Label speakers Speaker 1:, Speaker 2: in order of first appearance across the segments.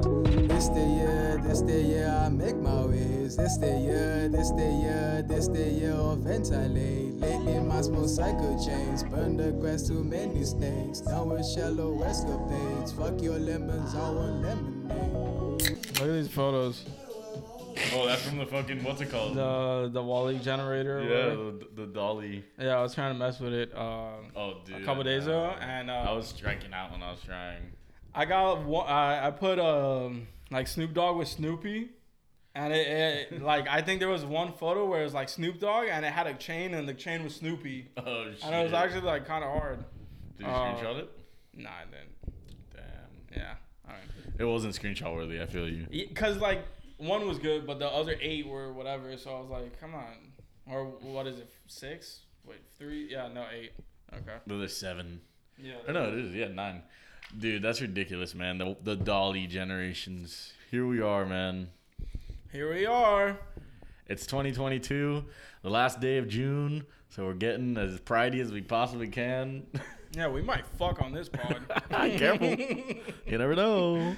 Speaker 1: This the year, this the year I make my ways. This the year, this the year, this the year of ventilate. Lately my small cycle chains burn the grass too many snakes. Down with shallow escapades. Fuck your lemons, I want lemonade.
Speaker 2: Look at these photos.
Speaker 3: Oh, that's from the fucking what's it called?
Speaker 2: The the Wally generator. or
Speaker 3: yeah,
Speaker 2: whatever.
Speaker 3: the, the dolly.
Speaker 2: Yeah, I was trying to mess with it um,
Speaker 3: Oh, dude.
Speaker 2: a couple days ago, and uh,
Speaker 3: I was striking out when I was trying.
Speaker 2: I got one. I, I put um like Snoop Dogg with Snoopy, and it, it like I think there was one photo where it was like Snoop Dogg and it had a chain and the chain was Snoopy,
Speaker 3: Oh shit.
Speaker 2: and it was actually like kind of hard.
Speaker 3: Did you
Speaker 2: uh,
Speaker 3: screenshot it?
Speaker 2: Nah, I didn't.
Speaker 3: Damn.
Speaker 2: Yeah, all right.
Speaker 3: It wasn't screenshot worthy. I feel you.
Speaker 2: Because like one was good, but the other eight were whatever. So I was like, come on. Or what is it? Six? Wait, three? Yeah, no, eight. Okay.
Speaker 3: But there's seven.
Speaker 2: Yeah.
Speaker 3: Or no, it is. Yeah, nine. Dude, that's ridiculous, man. The the dolly generations. Here we are, man.
Speaker 2: Here we are.
Speaker 3: It's 2022, the last day of June, so we're getting as pridey as we possibly can.
Speaker 2: Yeah, we might fuck on this pod.
Speaker 3: Careful. You never know.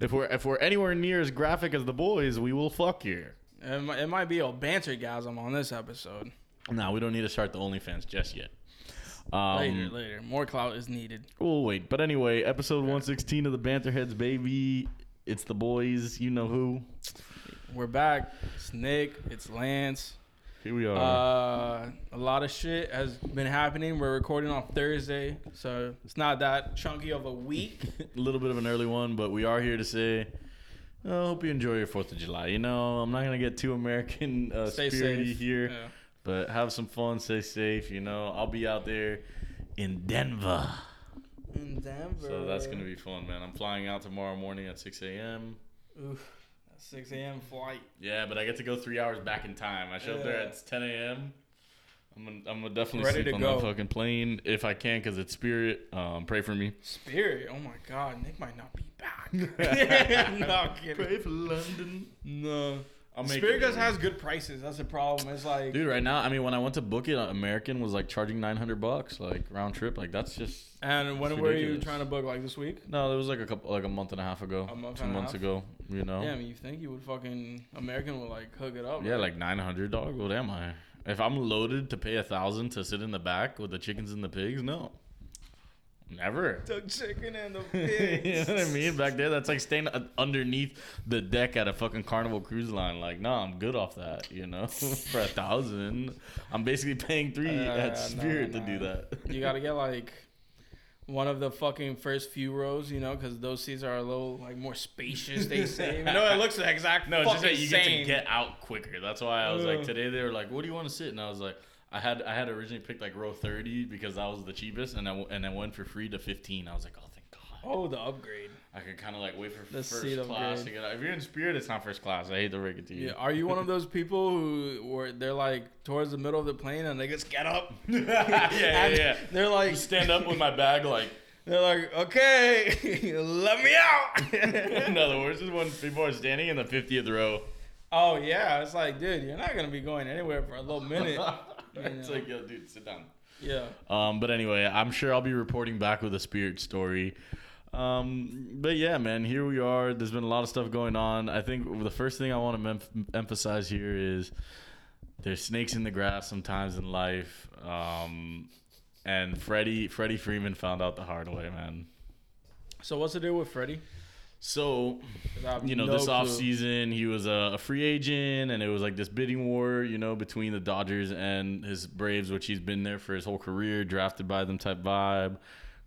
Speaker 3: If we're if we're anywhere near as graphic as the boys, we will fuck you.
Speaker 2: It might, it might be a bantergasm on this episode.
Speaker 3: No, we don't need to start the OnlyFans just yet. Um,
Speaker 2: Later, later. More clout is needed.
Speaker 3: We'll wait. But anyway, episode 116 of the Banterheads, baby. It's the boys. You know who.
Speaker 2: We're back. It's Nick. It's Lance.
Speaker 3: Here we are.
Speaker 2: Uh, a lot of shit has been happening. We're recording on Thursday, so it's not that chunky of a week.
Speaker 3: a little bit of an early one, but we are here to say. I hope you enjoy your Fourth of July. You know, I'm not gonna get too American uh,
Speaker 2: Stay
Speaker 3: spirity
Speaker 2: safe.
Speaker 3: here,
Speaker 2: Yeah.
Speaker 3: but have some fun, stay safe. You know, I'll be out there in Denver.
Speaker 2: In Denver.
Speaker 3: So that's gonna be fun, man. I'm flying out tomorrow morning at 6 a.m.
Speaker 2: Oof, that's 6 a.m. flight.
Speaker 3: Yeah, but I get to go three hours back in time. I show up there
Speaker 2: Yeah.
Speaker 3: at 10 a.m. I'm gonna, I'm gonna definitely
Speaker 2: Ready to
Speaker 3: sleep on
Speaker 2: go.
Speaker 3: that fucking plane if I can, cause it's Spirit. Um, pray for me.
Speaker 2: Spirit. Oh my God, Nick might not be back. no, I'm kidding.
Speaker 3: for London.
Speaker 2: No.
Speaker 3: I'll make
Speaker 2: Spirit
Speaker 3: it,
Speaker 2: just
Speaker 3: baby.
Speaker 2: has good prices. That's the problem. It's like
Speaker 3: Dude, right now, I mean, when I went to book it, uh, American was like charging 900 bucks, like round trip. Like that's just
Speaker 2: And when
Speaker 3: It's
Speaker 2: were you
Speaker 3: ridiculous.
Speaker 2: trying to book? Like this week?
Speaker 3: no. It was like a couple, like a month and a half ago,
Speaker 2: A month
Speaker 3: two
Speaker 2: and a
Speaker 3: months
Speaker 2: half?
Speaker 3: ago. You know.
Speaker 2: Damn, you think you would fucking American would like hook it up?
Speaker 3: Yeah,
Speaker 2: right?
Speaker 3: like nine hundred dog. What am I? If I'm loaded to pay a thousand to sit in the back with the chickens and the pigs, no, never.
Speaker 2: the chicken and the
Speaker 3: you
Speaker 2: pigs.
Speaker 3: know what I mean? Back there, that's like staying un- underneath the deck at a fucking Carnival Cruise Line. Like, nah, I'm good off that. You know, for a thousand, I'm basically paying three
Speaker 2: Uh,
Speaker 3: at
Speaker 2: no,
Speaker 3: Spirit
Speaker 2: no.
Speaker 3: to do that.
Speaker 2: You gotta get like one of the fucking first few rows, you know, because those seats are a little like more spacious. They say. no, it looks the exact.
Speaker 3: No, it's just
Speaker 2: fucking
Speaker 3: that you
Speaker 2: same.
Speaker 3: get to get out quicker. That's why I was like
Speaker 2: Ugh.
Speaker 3: today they were like, "What do you want to sit?" And I was like, "I had I had originally picked like row 30 because that was the cheapest, and I w- and I went for free to 15. I was like, "Oh, thank God!"
Speaker 2: Oh, the upgrade.
Speaker 3: I could kind of like wait for
Speaker 2: The seat
Speaker 3: first
Speaker 2: upgrade.
Speaker 3: class to get out. If you're in Spirit, it's not first class. I hate to break it to you.
Speaker 2: Yeah. Are you one of those people who were they're like towards the middle of the plane and they just get up?
Speaker 3: yeah, yeah,
Speaker 2: And
Speaker 3: yeah.
Speaker 2: They're like
Speaker 3: Stand up with my bag like.
Speaker 2: They're like, okay, let me out.
Speaker 3: In other words, is when people are standing in the 50th row.
Speaker 2: oh yeah, it's like, dude, you're not gonna be going anywhere for a little minute.
Speaker 3: it's
Speaker 2: know.
Speaker 3: like, yo, dude, sit down.
Speaker 2: yeah.
Speaker 3: Um, but anyway, I'm sure I'll be reporting back with a spirit story. Um, but yeah, man, here we are. There's been a lot of stuff going on. I think the first thing I want to mem- emphasize here is there's snakes in the grass sometimes in life. Um, and Freddie, Freddie Freeman found out the hard way, man.
Speaker 2: So what's the deal with Freddie?
Speaker 3: So
Speaker 2: 'Cause I have
Speaker 3: you know,
Speaker 2: no
Speaker 3: this
Speaker 2: clue.
Speaker 3: offseason, he was a, a free agent, and it was like this bidding war, you know, between the Dodgers and his Braves, which he's been there for his whole career, drafted by them type vibe,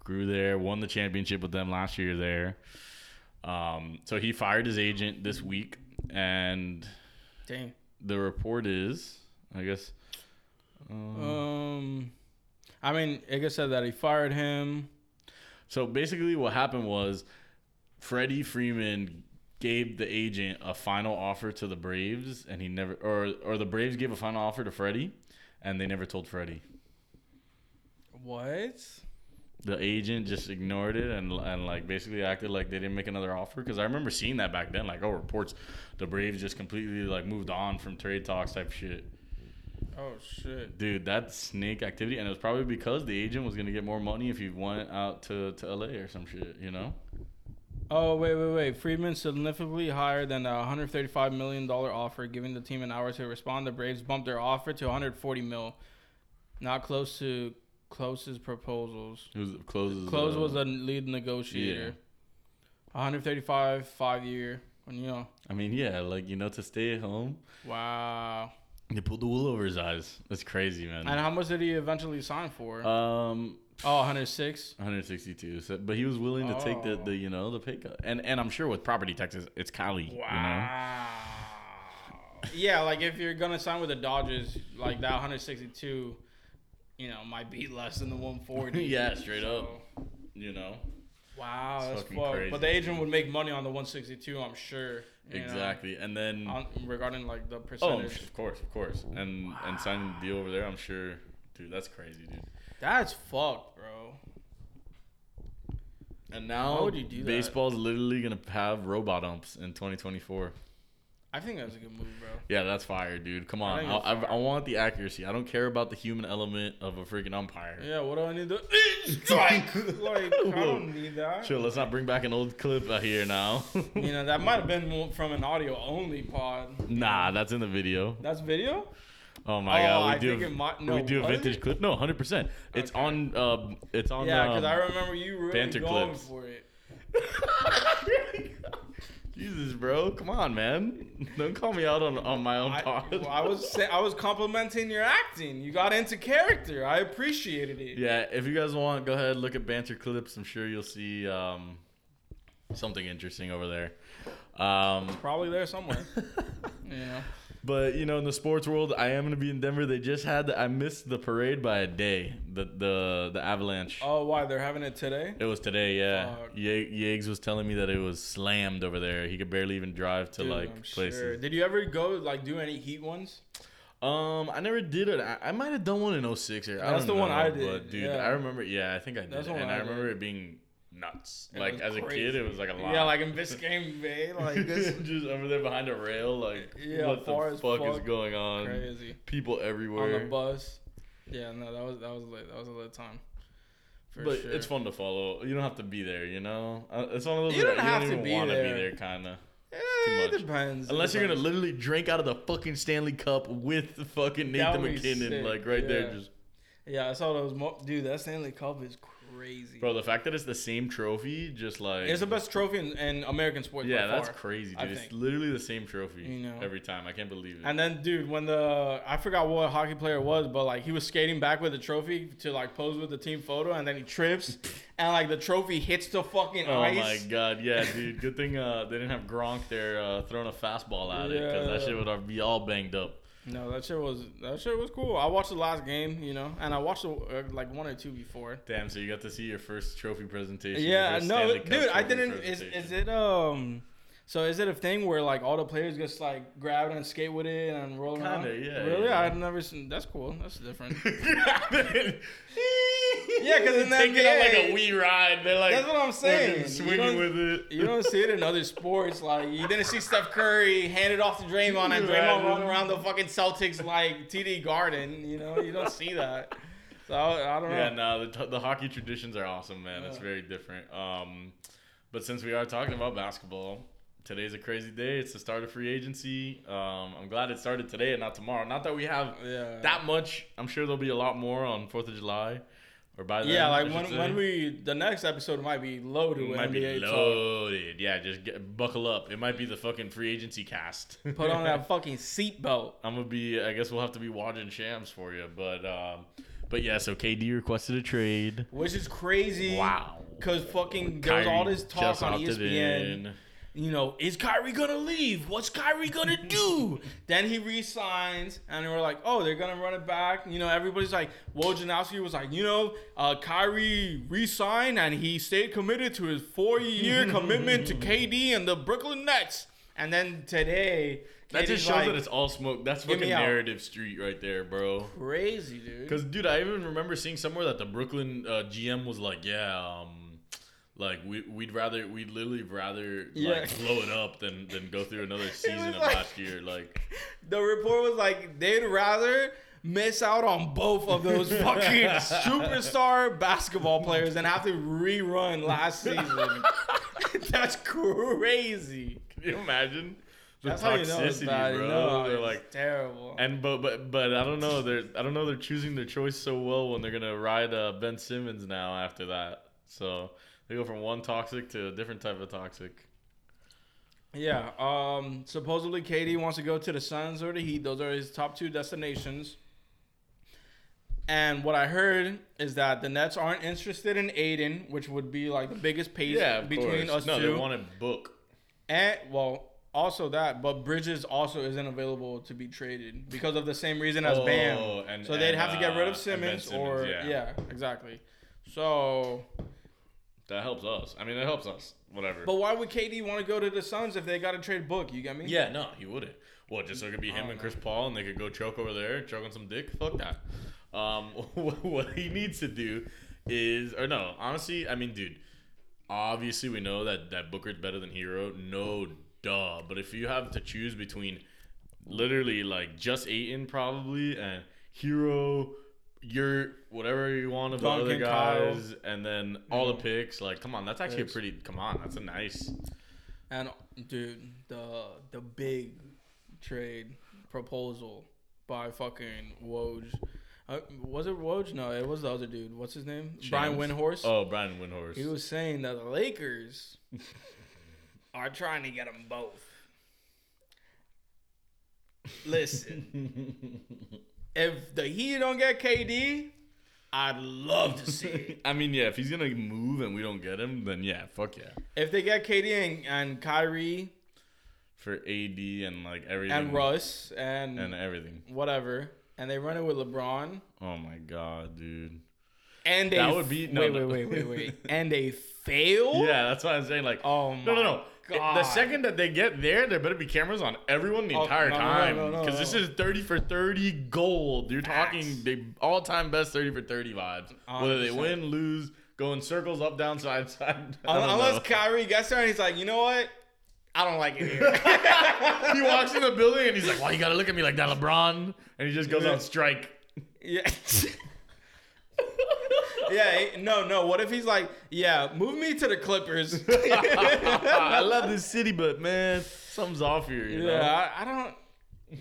Speaker 3: grew there, won the championship with them last year there. Um, so he fired his agent this week, and
Speaker 2: Dang.
Speaker 3: the report is, I guess,
Speaker 2: Um, I mean, Iga said that he fired him.
Speaker 3: So basically, what happened was Freddie Freeman gave the agent a final offer to the Braves, and he never, or or the Braves gave a final offer to Freddie, and they never told Freddie.
Speaker 2: What?
Speaker 3: The agent just ignored it and and like basically acted like they didn't make another offer. Because I remember seeing that back then, like oh reports, the Braves just completely like moved on from trade talks type shit.
Speaker 2: Oh shit.
Speaker 3: Dude, that's snake activity, and it was probably because the agent was gonna get more money if he went out to to LA or some shit, you know.
Speaker 2: Oh wait, wait, wait! Friedman significantly higher than the 135 million dollar offer, giving the team an hour to respond. The Braves bumped their offer to 140 mil, not close to closest proposals.
Speaker 3: It was closes.
Speaker 2: Close
Speaker 3: uh,
Speaker 2: was the lead negotiator. 135 five year, and you know,
Speaker 3: I mean, yeah, like you know, to stay at home,
Speaker 2: wow.
Speaker 3: they pulled the wool over his eyes. That's crazy, man.
Speaker 2: And how much did he eventually sign for?
Speaker 3: Um,
Speaker 2: oh, 106.
Speaker 3: 162. So, but he was willing to take the,
Speaker 2: Oh.
Speaker 3: the you know the pay cut, and and I'm sure with property taxes, it's Cali. You
Speaker 2: Wow. Yeah, like if you're gonna sign with the Dodgers, like that 162, you know, might be less than the 140.
Speaker 3: Yeah, straight up. know, you know?
Speaker 2: Wow,
Speaker 3: It's
Speaker 2: that's
Speaker 3: fucking
Speaker 2: fucked.
Speaker 3: crazy.
Speaker 2: But the agent would make money on the 162, I'm sure. you know,
Speaker 3: exactly. And then
Speaker 2: on, regarding like the
Speaker 3: oh,
Speaker 2: percentage.
Speaker 3: of course, of course, and and signing the deal over there, I'm sure, dude, that's crazy, dude.
Speaker 2: That's fucked, bro.
Speaker 3: And now
Speaker 2: would you do that?
Speaker 3: baseball's literally gonna have robot umps in 2024.
Speaker 2: I think that's a good move, bro.
Speaker 3: Yeah, that's fire, dude. Come
Speaker 2: I
Speaker 3: on,
Speaker 2: think
Speaker 3: I,
Speaker 2: it's
Speaker 3: I, I want the accuracy. I don't care about the human element of a freaking umpire.
Speaker 2: Yeah, what do I need to strike? like I
Speaker 3: Whoa.
Speaker 2: don't need that.
Speaker 3: Sure, let's not bring back an old clip out here now.
Speaker 2: You know, that might have been more from an audio only pod.
Speaker 3: nah, that's in the video.
Speaker 2: That's video?
Speaker 3: Oh my
Speaker 2: Oh,
Speaker 3: god, we
Speaker 2: I
Speaker 3: do
Speaker 2: think
Speaker 3: a,
Speaker 2: it might- no,
Speaker 3: we do a
Speaker 2: was
Speaker 3: vintage
Speaker 2: it?
Speaker 3: clip. No, hundred percent. It's
Speaker 2: Okay.
Speaker 3: on. Um, it's on.
Speaker 2: Yeah, because
Speaker 3: um,
Speaker 2: I remember you really
Speaker 3: banter
Speaker 2: going
Speaker 3: clips.
Speaker 2: for it.
Speaker 3: Jesus, bro, come on, man. Don't call me out on, on my own
Speaker 2: I,
Speaker 3: pod.
Speaker 2: well, I was say, I was complimenting your acting. You got into character. I appreciated it.
Speaker 3: Yeah, if you guys want, go ahead look at banter clips. I'm sure you'll see um, something interesting over there. Um,
Speaker 2: Probably there somewhere. yeah.
Speaker 3: But you know, in the sports world, I am gonna be in Denver. They just had the, I missed the parade by a day. The the the Avalanche.
Speaker 2: Oh, why they're having it today?
Speaker 3: It was today, yeah.
Speaker 2: Fuck.
Speaker 3: Ye- Yeags was telling me that it was slammed over there. He could barely even drive to
Speaker 2: Dude,
Speaker 3: like
Speaker 2: I'm sure.
Speaker 3: places.
Speaker 2: Did you ever go like do any heat ones?
Speaker 3: Um, I never did it. I, I might have done one in 06 or
Speaker 2: That's
Speaker 3: I don't
Speaker 2: the
Speaker 3: know,
Speaker 2: one I
Speaker 3: But
Speaker 2: did,
Speaker 3: dude,
Speaker 2: yeah.
Speaker 3: I remember. Yeah, I think I did.
Speaker 2: That's the one
Speaker 3: and I,
Speaker 2: I
Speaker 3: remember
Speaker 2: did.
Speaker 3: it being nuts.
Speaker 2: It
Speaker 3: like
Speaker 2: was
Speaker 3: as a
Speaker 2: crazy.
Speaker 3: kid, it was like a lot.
Speaker 2: Yeah, like in Biscayne Bay, like this.
Speaker 3: just over there behind a rail. Like
Speaker 2: Yeah,
Speaker 3: what the
Speaker 2: far as
Speaker 3: fuck, is
Speaker 2: fuck.
Speaker 3: going on?
Speaker 2: Crazy.
Speaker 3: People
Speaker 2: On
Speaker 3: everywhere.
Speaker 2: the bus. Yeah, no, that was that was lit. That was a lit time. For
Speaker 3: but
Speaker 2: sure.
Speaker 3: it's fun to follow. You don't have to be there, you know. Uh, It's one of those
Speaker 2: You
Speaker 3: that
Speaker 2: don't have to
Speaker 3: even
Speaker 2: be
Speaker 3: wanna
Speaker 2: there.
Speaker 3: be there, kind of.
Speaker 2: Eh,
Speaker 3: too
Speaker 2: it
Speaker 3: much.
Speaker 2: depends. It
Speaker 3: Unless you're gonna
Speaker 2: depends.
Speaker 3: literally drink out of the fucking Stanley Cup with the fucking
Speaker 2: That
Speaker 3: Nathan
Speaker 2: would be
Speaker 3: McKinnon,
Speaker 2: sick,
Speaker 3: like right there,
Speaker 2: yeah.
Speaker 3: just
Speaker 2: Yeah, I saw those. Mo- Dude, that Stanley Cup is crazy.
Speaker 3: bro. The fact that it's the same trophy, just like
Speaker 2: It's the best trophy in, in American sports.
Speaker 3: yeah,
Speaker 2: by
Speaker 3: that's
Speaker 2: far.
Speaker 3: crazy,
Speaker 2: I
Speaker 3: dude. It's
Speaker 2: think.
Speaker 3: literally the same trophy
Speaker 2: You know.
Speaker 3: every time. I can't believe it.
Speaker 2: And then, dude, when the I forgot what hockey player it was, but like he was skating back with the trophy to like pose with the team photo, and then he trips, and like the trophy hits the fucking
Speaker 3: Oh
Speaker 2: ice.
Speaker 3: my god, yeah, dude. Good thing uh, they didn't have Gronk there uh, throwing a fastball at it because that
Speaker 2: Yeah.
Speaker 3: shit would be all banged up.
Speaker 2: No, that shit was that shit was cool. I watched the last game, you know, and I watched the, uh, like one or two before.
Speaker 3: Damn, so you got to see your first trophy presentation. your
Speaker 2: Yeah,
Speaker 3: first
Speaker 2: no,
Speaker 3: Stanley Cup
Speaker 2: dude, I
Speaker 3: trophy
Speaker 2: didn't. Is,
Speaker 3: presentation.
Speaker 2: is it um? So is it a thing where like all the players just like grab it and skate with it and roll around?
Speaker 3: Kinda, yeah,
Speaker 2: Really,
Speaker 3: yeah.
Speaker 2: I've never seen. That's cool. That's different.
Speaker 3: yeah,
Speaker 2: 'cause in
Speaker 3: taking it like
Speaker 2: NBA
Speaker 3: a wee ride, they're like
Speaker 2: That's what I'm
Speaker 3: fucking
Speaker 2: saying. You
Speaker 3: swinging
Speaker 2: don't-
Speaker 3: with it.
Speaker 2: You don't see it in other sports. Like you didn't see Steph Curry hand it off to Draymond and Draymond run around the fucking Celtics like TD Garden. You know, you don't see that. So I, I don't know.
Speaker 3: yeah, no, the, the hockey traditions are awesome, man. It's
Speaker 2: Yeah.
Speaker 3: very different. Um, but since we are talking about basketball, today's a crazy day. It's the start of free agency. Um, I'm glad it started today and not tomorrow. Not that we have
Speaker 2: Yeah.
Speaker 3: that much. I'm sure there'll be a lot more on Fourth of July or by then.
Speaker 2: yeah,
Speaker 3: I
Speaker 2: like
Speaker 3: should
Speaker 2: when,
Speaker 3: say.
Speaker 2: when we the next episode might be loaded
Speaker 3: It
Speaker 2: with
Speaker 3: might
Speaker 2: NBA
Speaker 3: be
Speaker 2: talk.
Speaker 3: loaded. Yeah, just get, buckle up. It might be the fucking free agency cast.
Speaker 2: Put on that fucking seatbelt.
Speaker 3: I'm gonna be. I guess we'll have to be watching Shams for you, but um, but yeah. So KD requested a trade.
Speaker 2: Which is crazy.
Speaker 3: Wow.
Speaker 2: Cause fucking there was all
Speaker 3: Kyrie
Speaker 2: this talk
Speaker 3: just
Speaker 2: on E
Speaker 3: opted
Speaker 2: ESPN.
Speaker 3: in.
Speaker 2: You know, is Kyrie gonna leave? What's Kyrie gonna do? then he resigns, and we're like, oh, they're gonna run it back. You know, everybody's like, Wojnarowski was like, you know, uh, Kyrie resigned, and he stayed committed to his four-year commitment to KD and the Brooklyn Nets. And then today,
Speaker 3: That
Speaker 2: KD 's
Speaker 3: just shows
Speaker 2: like,
Speaker 3: that it's all smoke. That's
Speaker 2: Give me
Speaker 3: fucking
Speaker 2: out.
Speaker 3: narrative street right there, bro.
Speaker 2: crazy, dude.
Speaker 3: Because dude, I even remember seeing somewhere that the Brooklyn uh, GM was like, yeah, um, like we we'd rather we'd literally rather
Speaker 2: Yeah.
Speaker 3: like blow it up than than go through another season
Speaker 2: was
Speaker 3: of
Speaker 2: like-
Speaker 3: last year, like.
Speaker 2: The report was like they'd rather miss out on both of those fucking superstar basketball players than have to rerun last season. That's crazy.
Speaker 3: Can you imagine the
Speaker 2: That's how you know it's
Speaker 3: toxicity,
Speaker 2: bad.
Speaker 3: bro?
Speaker 2: No,
Speaker 3: They're
Speaker 2: it's
Speaker 3: like,
Speaker 2: terrible.
Speaker 3: and but but but I don't know. They're I don't know. They're choosing their choice so well when they're gonna ride uh, Ben Simmons now after that. So they go from one toxic to a different type of toxic.
Speaker 2: Yeah. Um. Supposedly, KD wants to go to the Suns or the Heat. Those are his top two destinations. And what I heard is that the Nets aren't interested in Aiden, which would be like the biggest pace
Speaker 3: Yeah, of
Speaker 2: between
Speaker 3: course.
Speaker 2: us
Speaker 3: no,
Speaker 2: two.
Speaker 3: they want a book.
Speaker 2: and well, also that, but Bridges also isn't available to be traded because of the same reason as
Speaker 3: Oh,
Speaker 2: Bam.
Speaker 3: and-
Speaker 2: so they'd
Speaker 3: and,
Speaker 2: have to get rid
Speaker 3: uh,
Speaker 2: of
Speaker 3: and Ben
Speaker 2: Simmons,
Speaker 3: Simmons,
Speaker 2: or
Speaker 3: yeah.
Speaker 2: yeah, exactly. So
Speaker 3: That helps us. I mean, it helps us. Whatever.
Speaker 2: But why would KD want to go to the Suns if they got to trade Book? You get me?
Speaker 3: yeah, no, he wouldn't. Well, just so it could be
Speaker 2: Oh,
Speaker 3: him and Chris Paul, and they could go choke over there, choke on some dick. Fuck that. Um, what what he needs to do is, or no, honestly, I mean, dude, obviously we know that that Booker's better than Hero. No, duh. But if you have to choose between literally like just Aiton probably and Hero, Yurt, whatever you want of the
Speaker 2: Duncan,
Speaker 3: other
Speaker 2: Kyle.
Speaker 3: guys, and then all the picks. Like, come on, that's actually a pretty. Come on, that's a nice.
Speaker 2: And dude, the the big trade proposal by fucking Woj. Uh, was it Woj? No, it was the other dude. What's his name? Brian
Speaker 3: James.
Speaker 2: Windhorst.
Speaker 3: Oh, Brian Windhorst.
Speaker 2: He was saying that the Lakers are trying to get them both. Listen, if the Heat don't get KD, I'd love to see it.
Speaker 3: I mean, yeah, if he's gonna move and we don't get him, then yeah, fuck yeah.
Speaker 2: If they get KD and, and Kyrie
Speaker 3: For AD and like everything
Speaker 2: and Russ and,
Speaker 3: Mm-hmm. and everything.
Speaker 2: whatever, and they run it with LeBron,
Speaker 3: Oh my god, dude.
Speaker 2: and they
Speaker 3: That would be- no,
Speaker 2: wait,
Speaker 3: no.
Speaker 2: wait, wait, wait, wait, and they fail.
Speaker 3: Yeah, that's what I'm saying. Like,
Speaker 2: Oh
Speaker 3: no, no, no.
Speaker 2: my
Speaker 3: It- The
Speaker 2: God.
Speaker 3: second that they get there, there better be cameras on everyone the
Speaker 2: Oh,
Speaker 3: entire
Speaker 2: no, no, no,
Speaker 3: time
Speaker 2: no,
Speaker 3: because
Speaker 2: no,
Speaker 3: this
Speaker 2: no.
Speaker 3: is thirty for thirty gold. You're talking
Speaker 2: Facts.
Speaker 3: the all-time best thirty for thirty vibes. Whether they
Speaker 2: 100%.
Speaker 3: win, lose, go in circles, up, down, side, side. I don't
Speaker 2: Unless
Speaker 3: know.
Speaker 2: Kyrie gets there and he's like, you know what? I don't like it here.
Speaker 3: he walks in the building and he's like, "Why you gotta look at me like that, LeBron?" And he just goes on strike.
Speaker 2: yeah. yeah, eh, no, no. What if he's like, yeah, move me to the Clippers?
Speaker 3: I love this city, but man, something's off here. You
Speaker 2: Yeah, I, I don't.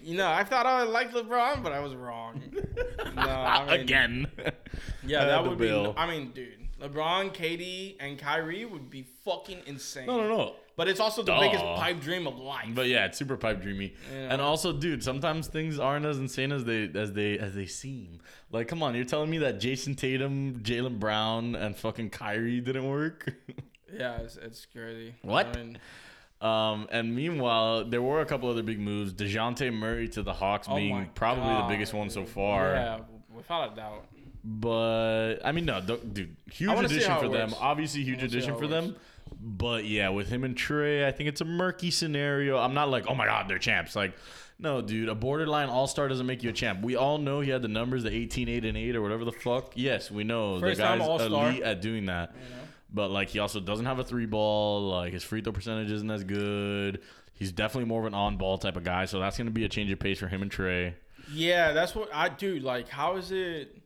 Speaker 2: You know, I thought I liked LeBron, but I was wrong. No, I
Speaker 3: know?
Speaker 2: mean,
Speaker 3: Again.
Speaker 2: Yeah,
Speaker 3: Uh,
Speaker 2: that
Speaker 3: the
Speaker 2: would
Speaker 3: bill.
Speaker 2: be. I mean, dude, LeBron, KD, and Kyrie would be fucking insane.
Speaker 3: No, no, no.
Speaker 2: But it's also the
Speaker 3: Duh.
Speaker 2: biggest pipe dream of life.
Speaker 3: But yeah, it's super pipe dreamy.
Speaker 2: Yeah.
Speaker 3: And also, dude, sometimes things aren't as insane as they as they as they seem. Like, come on, you're telling me that Jason Tatum, Jalen Brown, and fucking Kyrie didn't work?
Speaker 2: yeah, it's, it's crazy.
Speaker 3: What?
Speaker 2: I mean,
Speaker 3: Um, and meanwhile, there were a couple other big moves. Dejounte Murray to the Hawks
Speaker 2: Oh my
Speaker 3: being probably
Speaker 2: God,
Speaker 3: the biggest one so
Speaker 2: dude.
Speaker 3: far.
Speaker 2: yeah, without a doubt.
Speaker 3: But I mean, no, th- dude, huge
Speaker 2: wanna see
Speaker 3: addition
Speaker 2: how it
Speaker 3: for them.
Speaker 2: works.
Speaker 3: Obviously, huge
Speaker 2: wanna see
Speaker 3: addition
Speaker 2: how it
Speaker 3: for them. But yeah, with him and Trey, I think it's a murky scenario. I'm not like, oh my god, they're champs. Like, no, dude, a borderline all star doesn't make you a champ. We all know he had the numbers, the 18, 8, and 8, or whatever the fuck. Yes, we know
Speaker 2: First
Speaker 3: the
Speaker 2: time
Speaker 3: guy's
Speaker 2: All-Star.
Speaker 3: elite at doing that. But like, he also doesn't have a three ball. Like, his free throw percentage isn't as good. He's definitely more of an on ball type of guy. So that's gonna be a change of pace for him and Trey.
Speaker 2: Yeah, that's what I do. Like, how is it?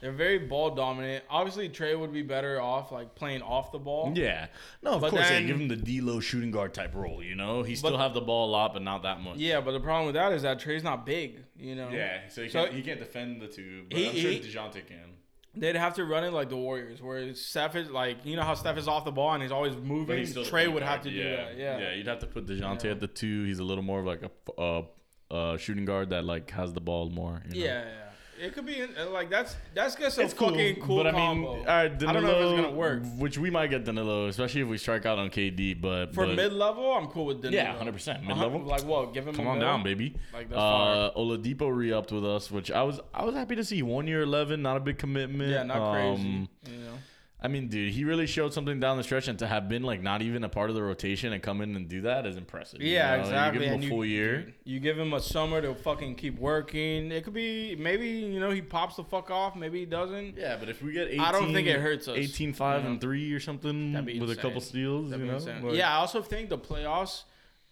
Speaker 2: They're very ball dominant. Obviously, Trey would be better off like playing off the ball.
Speaker 3: Yeah. No, of
Speaker 2: But
Speaker 3: course.
Speaker 2: then-
Speaker 3: yeah, give him the D-low shooting guard type role, you know? He still have the ball a lot, but not that much.
Speaker 2: Yeah, but the problem with that is that Trey's not big. You know.
Speaker 3: so he
Speaker 2: So- can't- he
Speaker 3: defend the two,
Speaker 2: but He- I'm sure he-
Speaker 3: DeJounte can.
Speaker 2: They'd have to run it like the Warriors, where Steph is like, you know how Steph is off the ball and he's always moving. Trey would have to do that. Yeah.
Speaker 3: Yeah, you'd have to put DeJounte
Speaker 2: Yeah.
Speaker 3: at the two. He's a little more of like a uh, uh, shooting guard that like has the ball more. you
Speaker 2: Yeah,
Speaker 3: know?
Speaker 2: yeah, yeah. It could be uh, like that's that's just a
Speaker 3: It's cool,
Speaker 2: fucking cool
Speaker 3: but I mean,
Speaker 2: combo.
Speaker 3: all right, Danilo,
Speaker 2: I don't know if it's gonna work
Speaker 3: Which we might get Danilo, especially if we strike out on KD. But
Speaker 2: for
Speaker 3: but,
Speaker 2: mid level. I'm cool with Danilo.
Speaker 3: yeah, hundred percent mid
Speaker 2: Uh-huh.
Speaker 3: level.
Speaker 2: Like what? Give him
Speaker 3: Come
Speaker 2: a
Speaker 3: on
Speaker 2: mil?
Speaker 3: down, baby.
Speaker 2: Like, that's
Speaker 3: uh, Oladipo re-upped with us, which I was I was happy to see. One year, eleven, not a big commitment.
Speaker 2: Yeah, not
Speaker 3: Um,
Speaker 2: crazy. You know.
Speaker 3: I mean, dude, he really showed something down the stretch, and to have been like not even a part of the rotation and come in and do that is impressive. you
Speaker 2: Yeah,
Speaker 3: know?
Speaker 2: exactly.
Speaker 3: You give him
Speaker 2: and
Speaker 3: a
Speaker 2: you-
Speaker 3: full year.
Speaker 2: dude, You give him a summer to fucking keep working. It could be maybe you know he pops the fuck off. Maybe he doesn't.
Speaker 3: Yeah, but if we get 18,
Speaker 2: I don't think it hurts us,
Speaker 3: 18 5
Speaker 2: you know?
Speaker 3: and 3 or something
Speaker 2: That'd be
Speaker 3: with a
Speaker 2: insane.
Speaker 3: couple steals,
Speaker 2: That'd
Speaker 3: you
Speaker 2: be
Speaker 3: know?
Speaker 2: insane.
Speaker 3: like-
Speaker 2: yeah, I also think the playoffs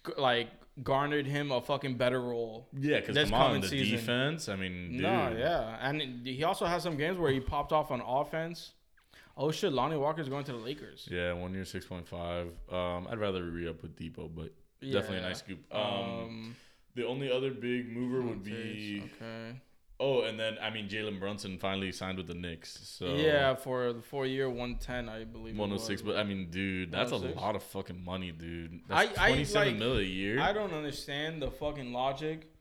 Speaker 2: g- like garnered him a fucking better role.
Speaker 3: Yeah, because
Speaker 2: This
Speaker 3: come on,
Speaker 2: coming
Speaker 3: the
Speaker 2: season.
Speaker 3: defense. I mean, dude.
Speaker 2: No, yeah, and he also has some games where he popped off on offense. Oh shit, Lonnie Walker's going to the Lakers.
Speaker 3: Yeah, one year six point five. Um, I'd rather re up with Depot, but definitely a
Speaker 2: Yeah.
Speaker 3: nice scoop. Um, the only other big mover would be
Speaker 2: okay.
Speaker 3: oh, and then I mean Jalen Brunson finally signed with the Knicks. So
Speaker 2: yeah, for the four year, one ten, I believe. it
Speaker 3: one oh six.
Speaker 2: was.
Speaker 3: But I mean, dude, that's a
Speaker 2: 106?
Speaker 3: lot of fucking money, dude.
Speaker 2: I-
Speaker 3: That's
Speaker 2: oh I,
Speaker 3: twenty seven
Speaker 2: like,
Speaker 3: mil a year.
Speaker 2: I don't understand the fucking logic,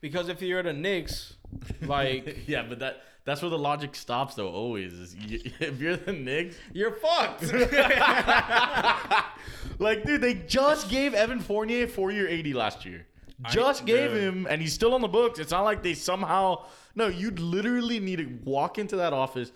Speaker 2: because if you're the Knicks, like
Speaker 3: yeah, but that that's where the logic stops though. Always, is y- if you're the Knicks,
Speaker 2: you're fucked.
Speaker 3: like dude, they just gave Evan Fournier four year eighty last year. Just gave
Speaker 2: dude.
Speaker 3: him, and he's still on the books. It's not like they somehow. No, you'd literally need to walk into that office.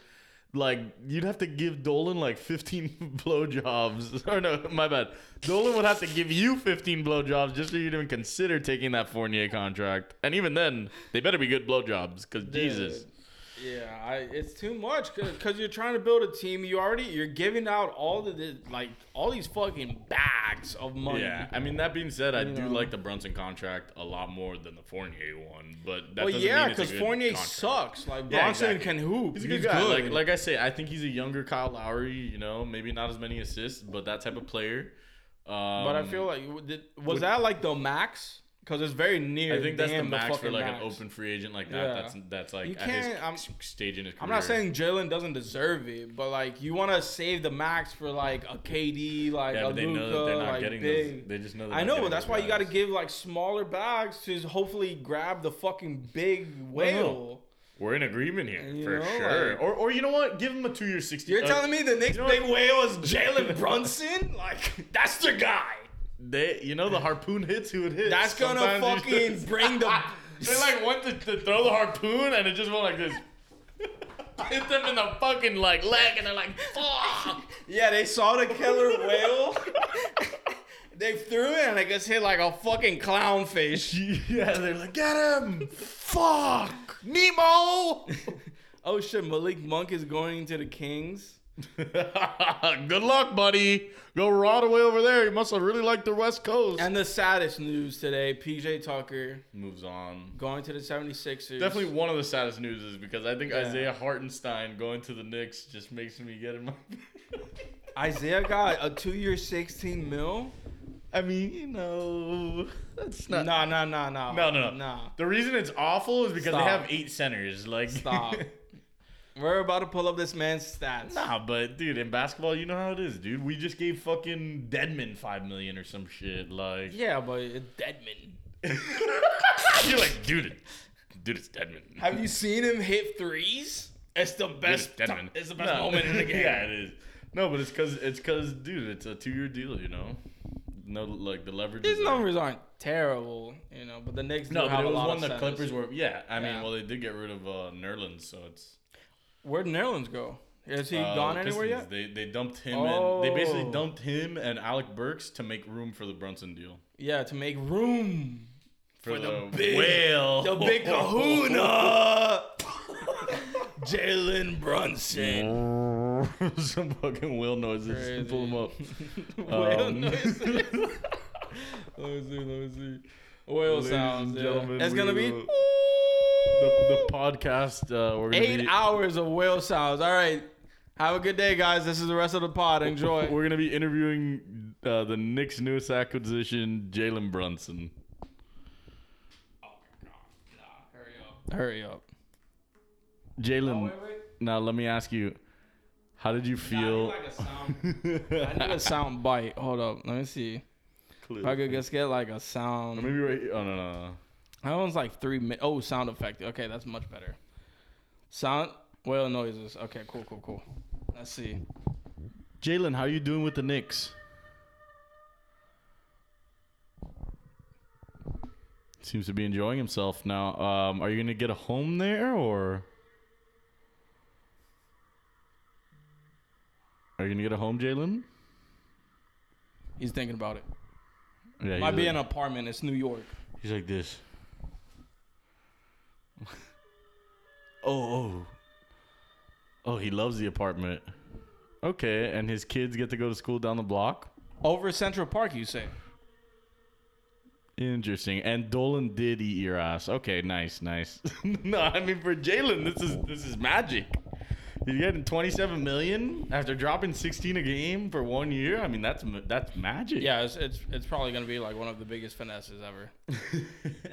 Speaker 3: Like you'd have to give Dolan like 15 blowjobs, or no, my bad. Dolan would have to give you 15 blowjobs just so you'd even consider taking that Fournier contract. And even then, they better be good blowjobs, because Jesus.
Speaker 2: Yeah, I, it's too much because you're trying to build a team. You already you're giving out all the, the like all these fucking bags of money.
Speaker 3: Yeah, I mean that being said, I do
Speaker 2: know.
Speaker 3: like the Brunson contract a lot more than the Fournier one, but that
Speaker 2: Well,
Speaker 3: doesn't
Speaker 2: yeah,
Speaker 3: mean it's a
Speaker 2: because
Speaker 3: good
Speaker 2: Fournier
Speaker 3: contract.
Speaker 2: sucks. Like
Speaker 3: Yeah,
Speaker 2: Bronson can
Speaker 3: exactly.
Speaker 2: hoop.
Speaker 3: He's a good guy. Like, like I say, I think he's a younger Kyle Lowry. You know, maybe not as many assists, but that type of player. Um,
Speaker 2: but I feel like did, was that like the max? Because it's very near.
Speaker 3: I think that's the
Speaker 2: damn
Speaker 3: max for
Speaker 2: fucking
Speaker 3: like
Speaker 2: max.
Speaker 3: an open free agent like that.
Speaker 2: Yeah.
Speaker 3: That's that's like
Speaker 2: You
Speaker 3: at his
Speaker 2: can't- I'm-
Speaker 3: s- stage in his career.
Speaker 2: I'm not saying Jalen doesn't deserve it, but like you want to save the max for like a KD, like
Speaker 3: yeah,
Speaker 2: a
Speaker 3: but they know that
Speaker 2: Luka,
Speaker 3: they're not
Speaker 2: like
Speaker 3: getting
Speaker 2: big.
Speaker 3: those. They just know. they're
Speaker 2: I
Speaker 3: not
Speaker 2: know,
Speaker 3: getting
Speaker 2: but that's
Speaker 3: those
Speaker 2: why you got to
Speaker 3: guys.
Speaker 2: give like smaller bags to hopefully grab the fucking big whale.
Speaker 3: We're in agreement here
Speaker 2: You
Speaker 3: for
Speaker 2: know,
Speaker 3: sure.
Speaker 2: like-
Speaker 3: or or you know what? Give him a two year sixty.
Speaker 2: You're
Speaker 3: uh,
Speaker 2: telling me the next
Speaker 3: you know
Speaker 2: big
Speaker 3: what?
Speaker 2: whale is Jalen Brunson? Like that's the guy.
Speaker 3: They, you know, the harpoon hits who it hits.
Speaker 2: That's gonna
Speaker 3: Sometimes you
Speaker 2: fucking
Speaker 3: just-
Speaker 2: bring the.
Speaker 3: they like went to, to throw the harpoon and it just went like this. Hit them in the fucking like leg and they're like, fuck.
Speaker 2: yeah, they saw the killer whale. they threw it and I guess hit like a fucking clownfish.
Speaker 3: Yeah, they're like, get him, fuck, Nemo.
Speaker 2: Oh shit, Malik Monk is going to the Kings.
Speaker 3: Good luck, buddy. Go rot away over there. You must have really liked the West Coast.
Speaker 2: And the saddest news today, PJ Tucker
Speaker 3: moves on.
Speaker 2: going to the 76ers.
Speaker 3: Definitely one of the saddest news is because I think
Speaker 2: Yeah.
Speaker 3: Isaiah Hartenstein going to the Knicks just makes me get in my.
Speaker 2: Isaiah got a two year 16 mil.
Speaker 3: I mean, you know, that's
Speaker 2: No,
Speaker 3: not.
Speaker 2: no, no, no. No,
Speaker 3: no, no, no.
Speaker 2: Nah.
Speaker 3: The reason it's awful is because
Speaker 2: Stop.
Speaker 3: they have eight centers. Like,
Speaker 2: Stop. We're about to pull up this man's stats.
Speaker 3: nah, but dude, in basketball, you know how it is, dude. We just gave fucking Deadman five million or some shit. Like,
Speaker 2: Yeah, but it's Deadman.
Speaker 3: you're like, dude, it, dude, it's Deadman.
Speaker 2: Have you seen him hit threes? It's the
Speaker 3: Dude,
Speaker 2: best.
Speaker 3: it's Deadman.
Speaker 2: It's the best moment in the game.
Speaker 3: yeah, it is. No, but it's cause it's cause, dude, it's a two-year deal. You know, no, like the leverage.
Speaker 2: These
Speaker 3: is there.
Speaker 2: numbers aren't terrible, you know, but the Knicks
Speaker 3: No,
Speaker 2: do
Speaker 3: but
Speaker 2: have
Speaker 3: it
Speaker 2: a
Speaker 3: was
Speaker 2: lot
Speaker 3: one
Speaker 2: of
Speaker 3: the
Speaker 2: centers.
Speaker 3: Clippers were. Yeah, I
Speaker 2: Yeah.
Speaker 3: mean, well, they did get rid of uh, Nerlens, so it's.
Speaker 2: Where'd Nerlens go? Has he
Speaker 3: Uh,
Speaker 2: gone
Speaker 3: the
Speaker 2: anywhere
Speaker 3: Pistons,
Speaker 2: yet?
Speaker 3: They they dumped him and they basically
Speaker 2: Oh.
Speaker 3: dumped him and Alec Burks to make room for the Brunson deal.
Speaker 2: Yeah, to make room.
Speaker 3: For,
Speaker 2: the big-
Speaker 3: whale.
Speaker 2: The big kahuna! Jalen Brunson.
Speaker 3: Some fucking whale noises.
Speaker 2: Crazy.
Speaker 3: Pull them up.
Speaker 2: Whale
Speaker 3: Um,
Speaker 2: noises. let me see, let me see. Whale
Speaker 3: Ladies and
Speaker 2: sounds. yeah.
Speaker 3: gentlemen,
Speaker 2: It's gonna
Speaker 3: we
Speaker 2: be
Speaker 3: will- the, the podcast uh, we're gonna
Speaker 2: eight
Speaker 3: be
Speaker 2: hours of whale sounds. All right. Have a good day, guys. This is the rest of the pod. Enjoy.
Speaker 3: we're gonna be interviewing uh, the Knicks' newest acquisition, Jalen Brunson.
Speaker 2: Hurry up. Oh,
Speaker 3: Jalen, now let me ask you, how did you feel?
Speaker 2: I need a sound bite. Hold up. Let me see.
Speaker 3: Clue.
Speaker 2: If I could just get like a
Speaker 3: Or
Speaker 2: sound.
Speaker 3: Maybe right. Oh no, no, no.
Speaker 2: That one's like three minutes. Oh, sound effect. Okay, that's much better. Sound whale noises. Okay, cool, cool, cool. Let's see.
Speaker 3: Jalen, how you doing with the Knicks? Seems to be enjoying himself now. Um, are you gonna get a home there, or are you gonna get a home, Jalen?
Speaker 2: He's thinking about it.
Speaker 3: Yeah,
Speaker 2: Might
Speaker 3: he's
Speaker 2: be an
Speaker 3: like-
Speaker 2: apartment. It's New York.
Speaker 3: He's like this. oh, oh. Oh, he loves the apartment. Okay, and his kids get to go to school down the block.
Speaker 2: Over Central Park, you say?
Speaker 3: Interesting. And Dolan did eat your ass. Okay, nice, nice. no, I mean for Jalen, this is this is magic. He's getting 27 million after dropping 16 a game for one year. I mean, that's ma- that's magic.
Speaker 2: Yeah, it's, it's it's probably gonna be like one of the biggest finesses ever.
Speaker 3: but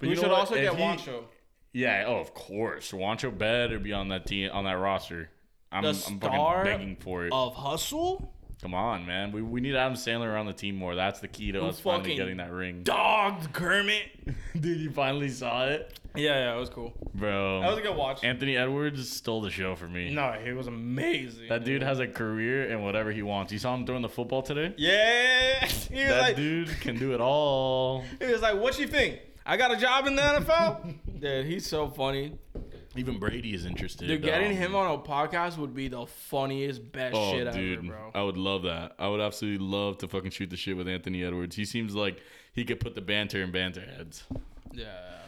Speaker 2: we should also get Wancho.
Speaker 3: Yeah. Oh, of course. Wancho better be on that team on that roster. I'm,
Speaker 2: The
Speaker 3: I'm
Speaker 2: star
Speaker 3: fucking begging for it.
Speaker 2: Of hustle,
Speaker 3: Come on, man. We, we need Adam Sandler on the team more. That's the key to
Speaker 2: Who
Speaker 3: us finally
Speaker 2: fucking
Speaker 3: getting that ring.
Speaker 2: dogged Kermit.
Speaker 3: Dude, you finally saw it,
Speaker 2: Yeah, yeah, it was cool.
Speaker 3: bro.
Speaker 2: That was a good watch.
Speaker 3: Anthony Edwards stole the show for me.
Speaker 2: No, he was amazing.
Speaker 3: That dude has a career in whatever he wants. You saw him throwing the football today.
Speaker 2: Yeah, he was
Speaker 3: that
Speaker 2: like,
Speaker 3: dude can do it all.
Speaker 2: he was like, what you think? I got a job in the NFL. dude, he's so funny.
Speaker 3: Even Brady is interested.
Speaker 2: Dude, getting
Speaker 3: um,
Speaker 2: him on a podcast would be the funniest, best
Speaker 3: Oh,
Speaker 2: shit
Speaker 3: dude,
Speaker 2: ever, bro.
Speaker 3: I would love that. I would absolutely love to fucking shoot the shit with Anthony Edwards. He seems like he could put the banter in banter heads,
Speaker 2: Yeah,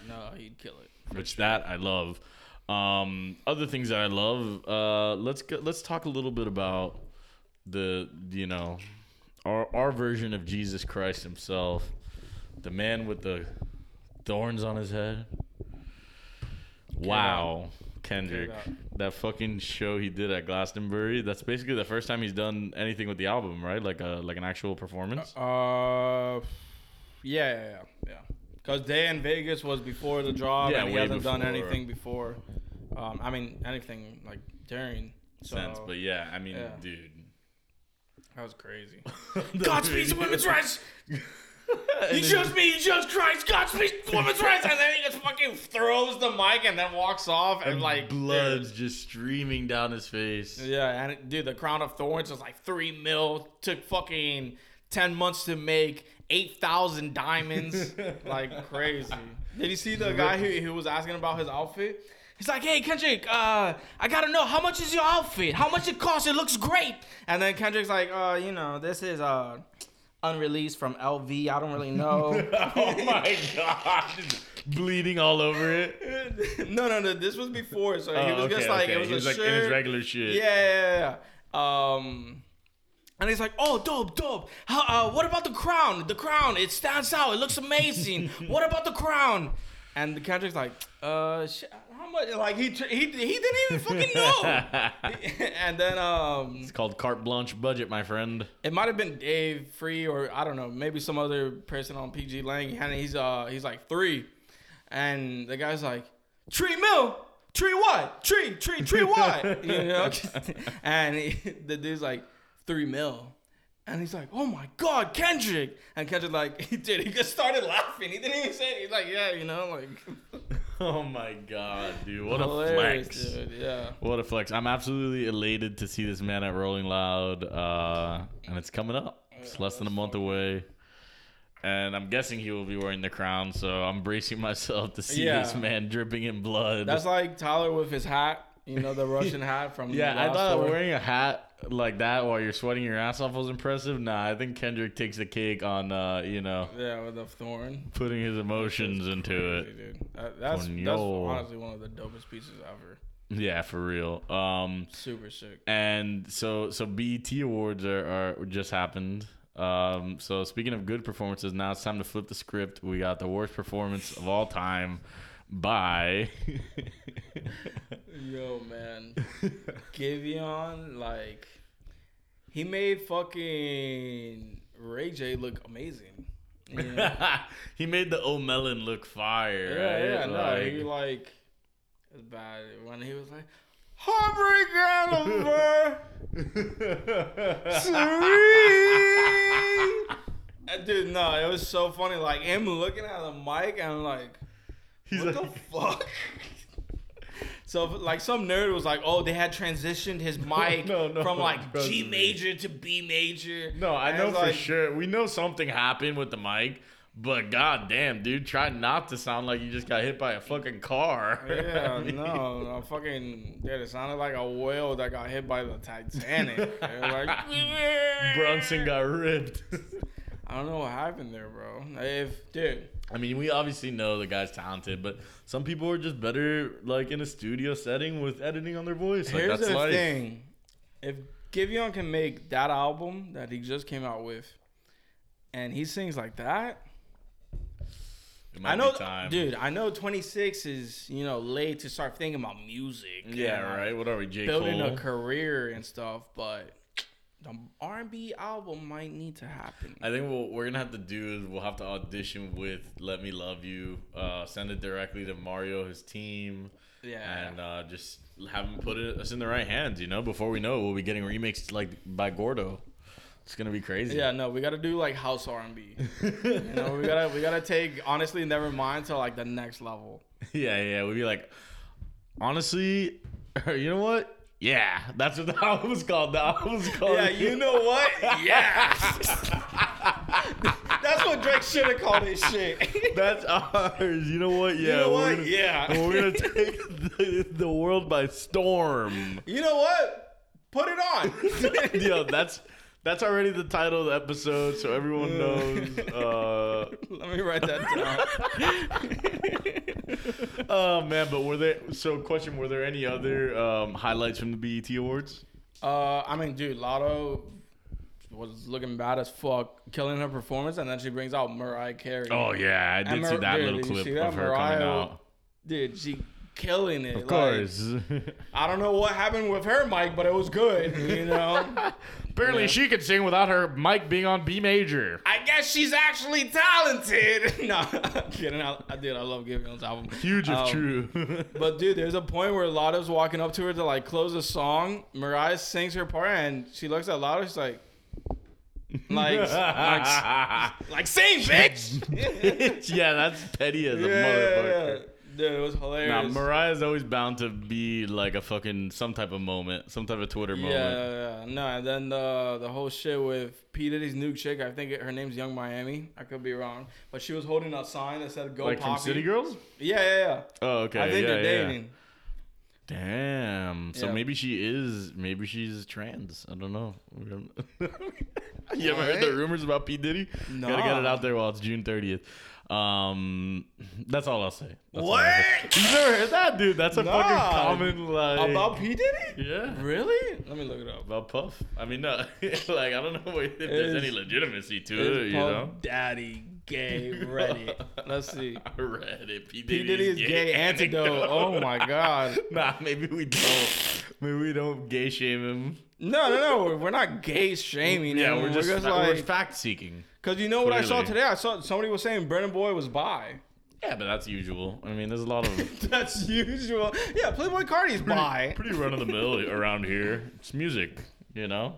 Speaker 2: no, he'd kill it.
Speaker 3: which that I love. Um, other things that I love. Uh, let's go, let's talk a little bit about the you know our our version of Jesus Christ himself, the man with the thorns on his head. Wow, Kendrick,
Speaker 2: Get out.
Speaker 3: that fucking show he did at Glastonbury. That's basically the first time he's done anything with the album, right? Like a like an actual performance.
Speaker 2: Uh, yeah, yeah, yeah, yeah. Because Day in Vegas was before the job,
Speaker 3: Yeah,
Speaker 2: and he
Speaker 3: way
Speaker 2: hasn't done
Speaker 3: before.
Speaker 2: anything before. Um, I mean, anything like during. So
Speaker 3: Sense, but yeah, I mean,
Speaker 2: yeah.
Speaker 3: dude.
Speaker 2: that was crazy.
Speaker 3: The
Speaker 2: Godspeed to
Speaker 3: video-
Speaker 2: women's rights.
Speaker 3: And
Speaker 2: You
Speaker 3: then-
Speaker 2: chose me. You chose Christ. Godspeed to women's rights. And then he just fucking throws the mic and then walks off and,
Speaker 3: and
Speaker 2: like
Speaker 3: blood's just streaming down his face.
Speaker 2: dude. yeah, and it, dude, the crown of thorns was like three mil. Took fucking ten months to make. Eight thousand diamonds, like crazy. Did you see the guy who, who was asking about his outfit? He's like, "Hey Kendrick, uh, I gotta know how much is your outfit? How much it costs? It looks great." And then Kendrick's like, "Uh, you know, this is uh, unreleased from LV. I don't really know."
Speaker 3: oh my god, bleeding all over it.
Speaker 2: no, no, no. This was before, so he
Speaker 3: Oh,
Speaker 2: was
Speaker 3: okay,
Speaker 2: just like
Speaker 3: okay.
Speaker 2: it was a
Speaker 3: he was like
Speaker 2: shirt.
Speaker 3: in his regular shit.
Speaker 2: yeah, yeah, yeah, yeah. Um, and he's like, "Oh, dope, dope. How, uh, what about the crown? The crown. It stands out. It looks amazing. what about the crown?" And the Kendrick's like, "Uh, sh- how much?" Like he tr- he he didn't even fucking know. and then um,
Speaker 3: it's called carte blanche budget, my friend.
Speaker 2: it might have been Dave Free or I don't know, maybe some other person on PG Lang. And he's uh he's like three, and the guy's like tree mill, tree what, tree tree tree what, you know? and he, the dude's like three mil, and he's like, oh my god, Kendrick, and Kendrick like, dude, he just started laughing. He didn't even say it. He's like, yeah, you know, like
Speaker 3: Oh my god, dude, what a
Speaker 2: hilarious,
Speaker 3: flex!
Speaker 2: dude. Yeah,
Speaker 3: What a flex! I'm absolutely elated to see this man at Rolling Loud, uh, and it's coming up. It's less than a month away, and I'm guessing he will be wearing the crown. So I'm bracing myself to see
Speaker 2: Yeah.
Speaker 3: this man dripping in blood.
Speaker 2: that's like Tyler with his hat. You know the Russian hat from
Speaker 3: yeah, I
Speaker 2: last
Speaker 3: thought
Speaker 2: tour.
Speaker 3: wearing a hat like that while you're sweating your ass off was impressive. Nah, I think Kendrick takes the cake on, uh, you know,
Speaker 2: yeah with the thorn.
Speaker 3: putting his emotions into it.
Speaker 2: Dude, that, that's that's
Speaker 3: Coño.
Speaker 2: honestly one of the dopest pieces ever.
Speaker 3: Yeah, for real. Um,
Speaker 2: Super sick.
Speaker 3: and so so BET awards are, are just happened. Um, so speaking of good performances, now it's time to flip the script. We got the worst performance of all time by
Speaker 2: Yo, man, Giveon, like, he made fucking Ray J look amazing. You know? yeah,
Speaker 3: he made the O'Melon look fire.
Speaker 2: yeah,
Speaker 3: right?
Speaker 2: no,
Speaker 3: Like-
Speaker 2: he like it's bad when he was like, "Heartbreak Oliver, sweet." Uh, Dude, no, it was so funny. Like him looking at the mic and like.
Speaker 3: He's
Speaker 2: what
Speaker 3: like-
Speaker 2: the fuck? so like some nerd was like, oh, they had transitioned his mic
Speaker 3: No, no,
Speaker 2: from like
Speaker 3: trust
Speaker 2: G
Speaker 3: me.
Speaker 2: major to B major.
Speaker 3: No, I
Speaker 2: And
Speaker 3: know
Speaker 2: it's
Speaker 3: for
Speaker 2: like,
Speaker 3: sure. We know something happened with the mic, but goddamn, dude, try not to sound like you just got hit by a fucking car.
Speaker 2: Yeah,
Speaker 3: I mean,
Speaker 2: no, no, fucking, dude, it sounded like a whale that got hit by the Titanic. It was like,
Speaker 3: Brunson got ripped.
Speaker 2: I don't know what happened there, bro. If dude,
Speaker 3: I mean, we obviously know the guy's talented, but some people are just better like in a studio setting with editing on their voice. Like
Speaker 2: here's
Speaker 3: that's
Speaker 2: the
Speaker 3: life.
Speaker 2: thing: if Giveon can make that album that he just came out with, and he sings like that,
Speaker 3: It might
Speaker 2: I know,
Speaker 3: be time.
Speaker 2: dude. I know 26 is you know late to start thinking about music.
Speaker 3: Yeah,
Speaker 2: and, like,
Speaker 3: right. What are we, J.
Speaker 2: Building
Speaker 3: Cole?
Speaker 2: a career and stuff, but the R&B album might need to happen.
Speaker 3: I think what we're gonna have to do is we'll have to audition with "Let Me Love You," uh, send it directly to Mario, his team,
Speaker 2: yeah,
Speaker 3: and uh, just have him put it, us in the right hands. You know, before we know, it, we'll be getting remixed like by Gordo. It's gonna be crazy.
Speaker 2: yeah. No, we gotta do like house R&B. you know, we gotta we gotta take honestly, never mind to like the next level.
Speaker 3: yeah, yeah. We'll be like, honestly, you know what? Yeah, that's what the album was called. The album was called.
Speaker 2: Yeah, you know what? Yeah, that's what Drake should have called his shit.
Speaker 3: That's ours. You know what? Yeah.
Speaker 2: you know what?
Speaker 3: we're gonna-
Speaker 2: yeah.
Speaker 3: We're gonna take the, the world by storm.
Speaker 2: You know what? Put it on.
Speaker 3: Yo, that's that's already the title of the episode, so everyone knows. Uh,
Speaker 2: Let me write that down.
Speaker 3: oh man, but were there? So, question: Were there any other um, highlights from the BET Awards?
Speaker 2: uh, I mean, dude, Lotto was looking bad as fuck, killing her performance, and then she brings out Mariah Carey.
Speaker 3: Oh yeah, I did
Speaker 2: And
Speaker 3: see
Speaker 2: Mar-
Speaker 3: that
Speaker 2: dude,
Speaker 3: little
Speaker 2: did you
Speaker 3: clip
Speaker 2: see that?
Speaker 3: of her
Speaker 2: Mariah-
Speaker 3: coming out.
Speaker 2: dude, she killing it. Of
Speaker 3: course.
Speaker 2: I don't know what happened with her, Mike, but it was good. You know,
Speaker 3: Apparently, she could sing without her mic being on B major.
Speaker 2: I guess she's actually talented. no, I'm kidding. I, I did. I love Givion's album.
Speaker 3: Huge if
Speaker 2: Um,
Speaker 3: true.
Speaker 2: But dude, there's a point where Lotto's walking up to her to like close a song. Mariah sings her part, and she looks at Lotto. She's like, like, like, like sing, bitch.
Speaker 3: yeah, that's petty as a
Speaker 2: yeah,
Speaker 3: motherfucker.
Speaker 2: dude, it was
Speaker 3: Now
Speaker 2: hilarious.
Speaker 3: Mariah's always bound to be like a fucking some type of moment, some type of Twitter
Speaker 2: yeah,
Speaker 3: moment.
Speaker 2: yeah, yeah. no, and then the the whole shit with P Diddy's new chick. I think her name's Young Miami. I could be wrong, but she was holding a sign that said "Go
Speaker 3: Like
Speaker 2: Poppy."
Speaker 3: from City Girls?
Speaker 2: Yeah, yeah, yeah.
Speaker 3: Oh, okay.
Speaker 2: I think
Speaker 3: yeah,
Speaker 2: they're
Speaker 3: yeah.
Speaker 2: dating.
Speaker 3: Damn. So
Speaker 2: Yeah.
Speaker 3: maybe she is. Maybe she's trans. I don't know. We don't- you ever heard the
Speaker 2: What?
Speaker 3: rumors about P Diddy? Gotta get it
Speaker 2: Nah.
Speaker 3: out there while it's June thirtieth. Um, that's all I'll say. That's all
Speaker 2: What?
Speaker 3: I'll say. You've never heard that, dude? That's a
Speaker 2: Nah.
Speaker 3: fucking common like
Speaker 2: About P Diddy?
Speaker 3: yeah.
Speaker 2: Really? Let me look it up.
Speaker 3: About Puff. I mean, no. like I don't know if there's
Speaker 2: Is-
Speaker 3: any legitimacy to
Speaker 2: Is
Speaker 3: it. You
Speaker 2: Puff
Speaker 3: know.
Speaker 2: Daddy gay ready? Let's see.
Speaker 3: I read it. P
Speaker 2: P Diddy is gay, antidote. Oh my god.
Speaker 3: Nah, maybe we don't. Maybe we don't gay shame him.
Speaker 2: No, no, no. We're, we're not gay shaming.
Speaker 3: Yeah,
Speaker 2: him.
Speaker 3: we're just, fa- we're
Speaker 2: like
Speaker 3: fact seeking.
Speaker 2: because you know what I saw
Speaker 3: Clearly.
Speaker 2: today. I saw somebody was saying Brennan Boy was bi.
Speaker 3: Yeah, but that's usual. I mean, there's a lot of
Speaker 2: That's usual. Yeah, Playboy Cardi's bi.
Speaker 3: pretty run of the mill around here. It's music, you know.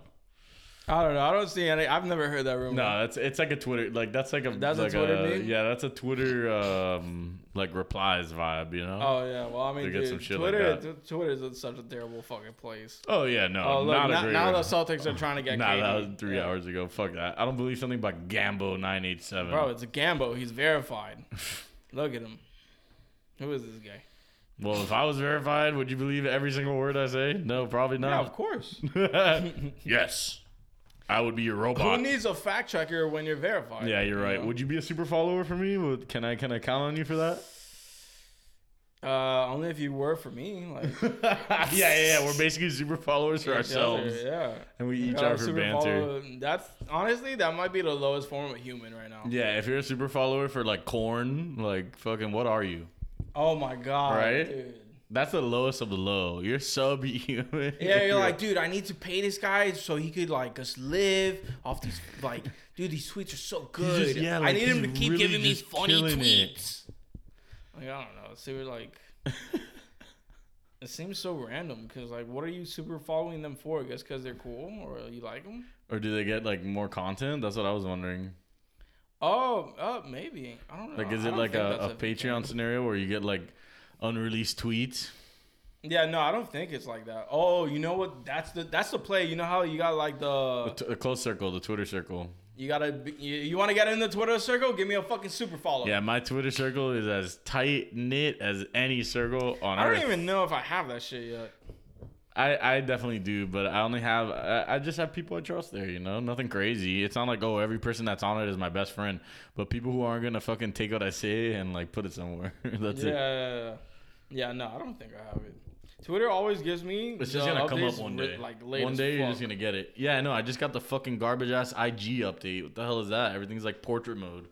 Speaker 2: I don't know. I don't see any. I've never heard that rumor.
Speaker 3: No, that's it's like a Twitter, like that's like a
Speaker 2: That's a
Speaker 3: like
Speaker 2: Twitter meme?
Speaker 3: Yeah, that's a Twitter um like replies vibe, you know.
Speaker 2: Oh yeah. Well, I mean,
Speaker 3: They get
Speaker 2: dude,
Speaker 3: some shit like
Speaker 2: Twitter.
Speaker 3: that.
Speaker 2: Tw- Twitter is such a terrible fucking place.
Speaker 3: Oh, yeah, no,
Speaker 2: Oh look,
Speaker 3: not a
Speaker 2: now,
Speaker 3: great
Speaker 2: now the
Speaker 3: one.
Speaker 2: Celtics are trying to get.
Speaker 3: Nah,
Speaker 2: KD.
Speaker 3: that was three
Speaker 2: Yeah.
Speaker 3: hours ago. Fuck that. I don't believe something by Gambo nine eight seven.
Speaker 2: Bro, it's a Gambo. He's verified. Look at him. Who is this guy?
Speaker 3: Well, if I was verified, would you believe every single word I say? No, probably
Speaker 2: Yeah, of
Speaker 3: not.
Speaker 2: course.
Speaker 3: yes, I would be your
Speaker 2: Who
Speaker 3: robot.
Speaker 2: needs a fact checker when you're verified?
Speaker 3: yeah, you're right. Would you be a super follower for me? Would, can I can I count on you for that?
Speaker 2: Uh, only if you were for me. Like
Speaker 3: yeah, yeah, yeah. We're basically super followers for ourselves,
Speaker 2: Yeah.
Speaker 3: and we each
Speaker 2: Got our
Speaker 3: are for
Speaker 2: super
Speaker 3: banter.
Speaker 2: follow- um, That's honestly that might be the lowest form of human right now.
Speaker 3: Yeah, if you're a super follower for like corn, like fucking, what are you?
Speaker 2: Oh my god.
Speaker 3: Right?
Speaker 2: Dude.
Speaker 3: That's the lowest of the low. You're subhuman.
Speaker 2: Yeah, you're like, dude, I need to pay this guy so he could like just live off these like, dude, these tweets are so good.
Speaker 3: just- yeah,
Speaker 2: I
Speaker 3: like,
Speaker 2: need him to
Speaker 3: he's
Speaker 2: keep
Speaker 3: really
Speaker 2: giving me
Speaker 3: just
Speaker 2: funny
Speaker 3: killing it.
Speaker 2: tweets. Like, I don't know. So we're like, it seems so random because like, what are you super following them for? Just because they're cool or you like them?
Speaker 3: or do they get like more content? That's what I was wondering.
Speaker 2: Oh, uh, maybe. I don't know.
Speaker 3: Like, is
Speaker 2: Uh, I
Speaker 3: it
Speaker 2: don't
Speaker 3: like
Speaker 2: think
Speaker 3: a, a
Speaker 2: that's
Speaker 3: Patreon scenario where you get like unreleased tweets?
Speaker 2: Yeah, no, I don't think it's like that. Oh, you know what? That's the that's the play. You know how you got like the
Speaker 3: T- a close circle, the Twitter circle.
Speaker 2: you gotta be, you, you want to get in the Twitter circle? Give me a fucking super follow.
Speaker 3: Yeah, my Twitter circle is as tight knit as any circle on
Speaker 2: I
Speaker 3: earth.
Speaker 2: don't even know if I have that shit yet.
Speaker 3: I, I definitely do, but I only have I, I just have people I trust there, you know, nothing crazy. It's not like oh every person that's on it is my best friend, but people who aren't gonna fucking take what I say and like put it somewhere. that's it.
Speaker 2: Yeah, yeah, no, I don't think I have it. Twitter always gives me.
Speaker 3: It's just
Speaker 2: the
Speaker 3: gonna come up
Speaker 2: updates
Speaker 3: one
Speaker 2: with,
Speaker 3: day.
Speaker 2: Like late
Speaker 3: one
Speaker 2: as
Speaker 3: day you're
Speaker 2: fuck.
Speaker 3: just gonna get it. Yeah, I know. I just got the fucking garbage ass IG update. What the hell is that? Everything's like portrait mode.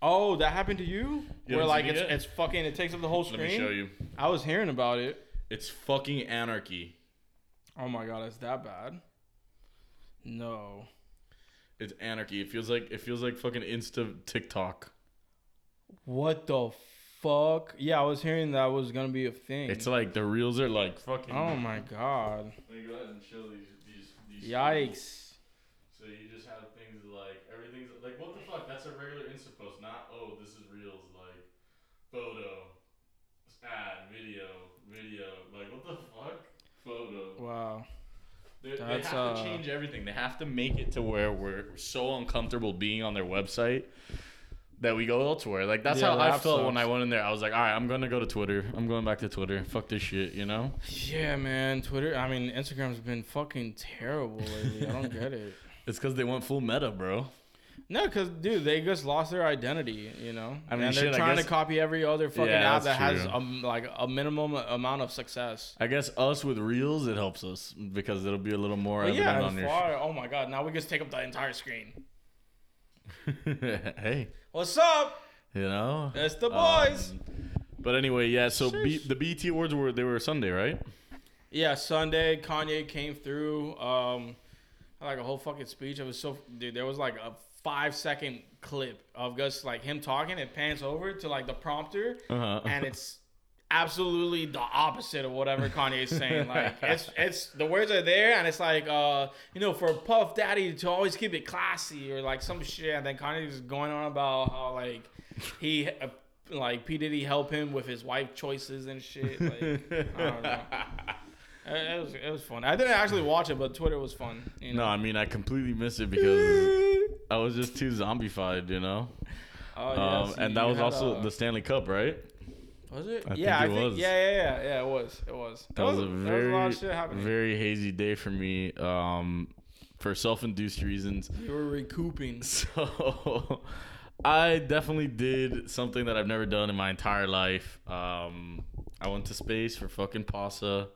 Speaker 2: Oh, that happened to you? Where
Speaker 3: You haven't
Speaker 2: like
Speaker 3: seen it
Speaker 2: it's,
Speaker 3: yet?
Speaker 2: it's fucking it takes up the whole
Speaker 3: Let
Speaker 2: screen.
Speaker 3: me show you.
Speaker 2: I was hearing about it.
Speaker 3: It's fucking anarchy.
Speaker 2: Oh my god, it's that bad. No.
Speaker 3: It's anarchy. It feels like it feels like fucking Insta TikTok.
Speaker 2: What the fuck? Yeah, I was hearing that was gonna be a thing.
Speaker 3: It's like the reels are like fucking.
Speaker 2: oh my god.
Speaker 3: Let me go ahead and show these these. these
Speaker 2: Yikes.
Speaker 3: So you just have things like everything's like what the fuck? That's a regular Insta post, not oh this is reels like photo, ad, video, video. Like what the fuck? Photo.
Speaker 2: Wow.
Speaker 3: They, they
Speaker 2: That's,
Speaker 3: have to
Speaker 2: uh,
Speaker 3: change everything. They have to make it to where we're, we're so uncomfortable being on their website that we go elsewhere. Like that's
Speaker 2: Yeah,
Speaker 3: how I
Speaker 2: that
Speaker 3: felt when
Speaker 2: sucks.
Speaker 3: I went in there. I was like, all right, I'm gonna go to Twitter. I'm going back to Twitter. Fuck this shit, you know.
Speaker 2: Yeah, man. Twitter I mean Instagram's been fucking terrible lately. I don't get it.
Speaker 3: It's because they went full meta, bro.
Speaker 2: No, because dude, they just lost their identity. You know,
Speaker 3: I
Speaker 2: and
Speaker 3: mean,
Speaker 2: they're
Speaker 3: shit, I
Speaker 2: trying
Speaker 3: guess-
Speaker 2: to copy every other fucking
Speaker 3: Yeah,
Speaker 2: app
Speaker 3: that's
Speaker 2: that has
Speaker 3: true.
Speaker 2: um, like a minimum amount of success.
Speaker 3: I guess us with reels, it helps us because it'll be a little more
Speaker 2: But
Speaker 3: evident
Speaker 2: yeah,
Speaker 3: on
Speaker 2: and
Speaker 3: your.
Speaker 2: Florida. Oh my god, now we just take up the entire screen.
Speaker 3: hey,
Speaker 2: What's up?
Speaker 3: you know.
Speaker 2: It's the
Speaker 3: Um,
Speaker 2: boys.
Speaker 3: but anyway, yeah. So B-
Speaker 2: Sheesh.
Speaker 3: the BT awards were they were Sunday, right?
Speaker 2: yeah, Sunday Kanye came through. Um, had, like a whole fucking speech. It was so dude. There was like a five second clip of just like him talking. It pans over to like the prompter,
Speaker 3: Uh-huh.
Speaker 2: and it's absolutely the opposite of whatever Kanye's saying. Like it's it's the words are there, and it's like uh you know for Puff Daddy to always keep it classy or like some shit, and then Kanye's going on about how like he. Uh, like P Diddy help him with his wife choices and shit. Like, I don't know. It, it was it was fun. I didn't actually watch it, but Twitter was fun. You
Speaker 3: No,
Speaker 2: know?
Speaker 3: I mean I completely missed it because I was just too zombified, you know.
Speaker 2: Oh, yeah,
Speaker 3: Um,
Speaker 2: see,
Speaker 3: and that
Speaker 2: you
Speaker 3: was
Speaker 2: had,
Speaker 3: also
Speaker 2: uh,
Speaker 3: the Stanley Cup, right?
Speaker 2: was it?
Speaker 3: I
Speaker 2: yeah,
Speaker 3: think it
Speaker 2: I think
Speaker 3: was.
Speaker 2: yeah, yeah, yeah, yeah. It was. It was.
Speaker 3: That
Speaker 2: It
Speaker 3: was a
Speaker 2: there Oh, was a lot
Speaker 3: very
Speaker 2: of shit happening.
Speaker 3: very hazy day for me, um, for self-induced reasons.
Speaker 2: you were recouping.
Speaker 3: So I definitely did something that I've never done in my entire life. Um, I went to space for fucking Pasa,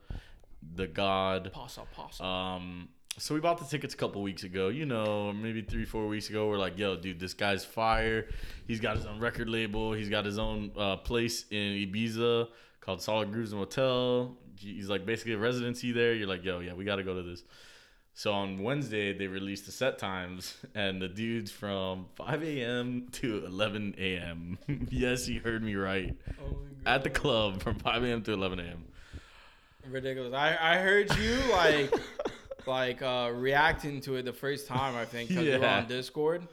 Speaker 3: the god.
Speaker 2: Pasa, pasa.
Speaker 3: Um, so we bought the tickets a couple weeks ago, you know, maybe three, four weeks ago. We're like, yo, dude, this guy's fire. He's got his own record label. He's got his own uh, place in Ibiza called Solid Grooves and Hotel. He's like basically a residency there. You're like, yo, yeah, we got to go to this. So on Wednesday, they released the set times, and the dude's from 5 a.m. to 11 a.m. yes, you heard me right.
Speaker 2: oh my God.
Speaker 3: At the club from 5 a.m. to 11 a.m.
Speaker 2: ridiculous. I I heard you like like uh reacting to it the first time I think because you were
Speaker 3: Yeah.
Speaker 2: on Discord,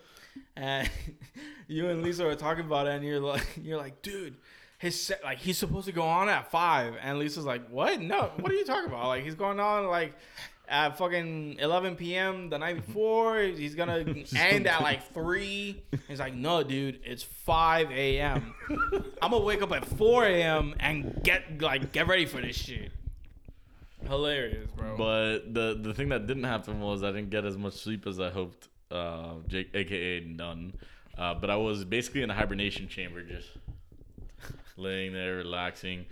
Speaker 2: and you and Lisa were talking about it, and you're like you're like, dude. His set, like he's supposed to go on at five, and Lisa's like, "What? No, what are you talking about? Like he's going on like at fucking 11 p.m. the night before. Mm-hmm. He's gonna end at like three. He's like, "No, dude, it's 5 a.m. I'm gonna wake up at 4 a.m. and get like get ready for this shit." Hilarious, bro.
Speaker 3: But the the thing that didn't happen was I didn't get as much sleep as I hoped, uh, J- aka none. Uh, but I was basically in a hibernation chamber, just laying there relaxing.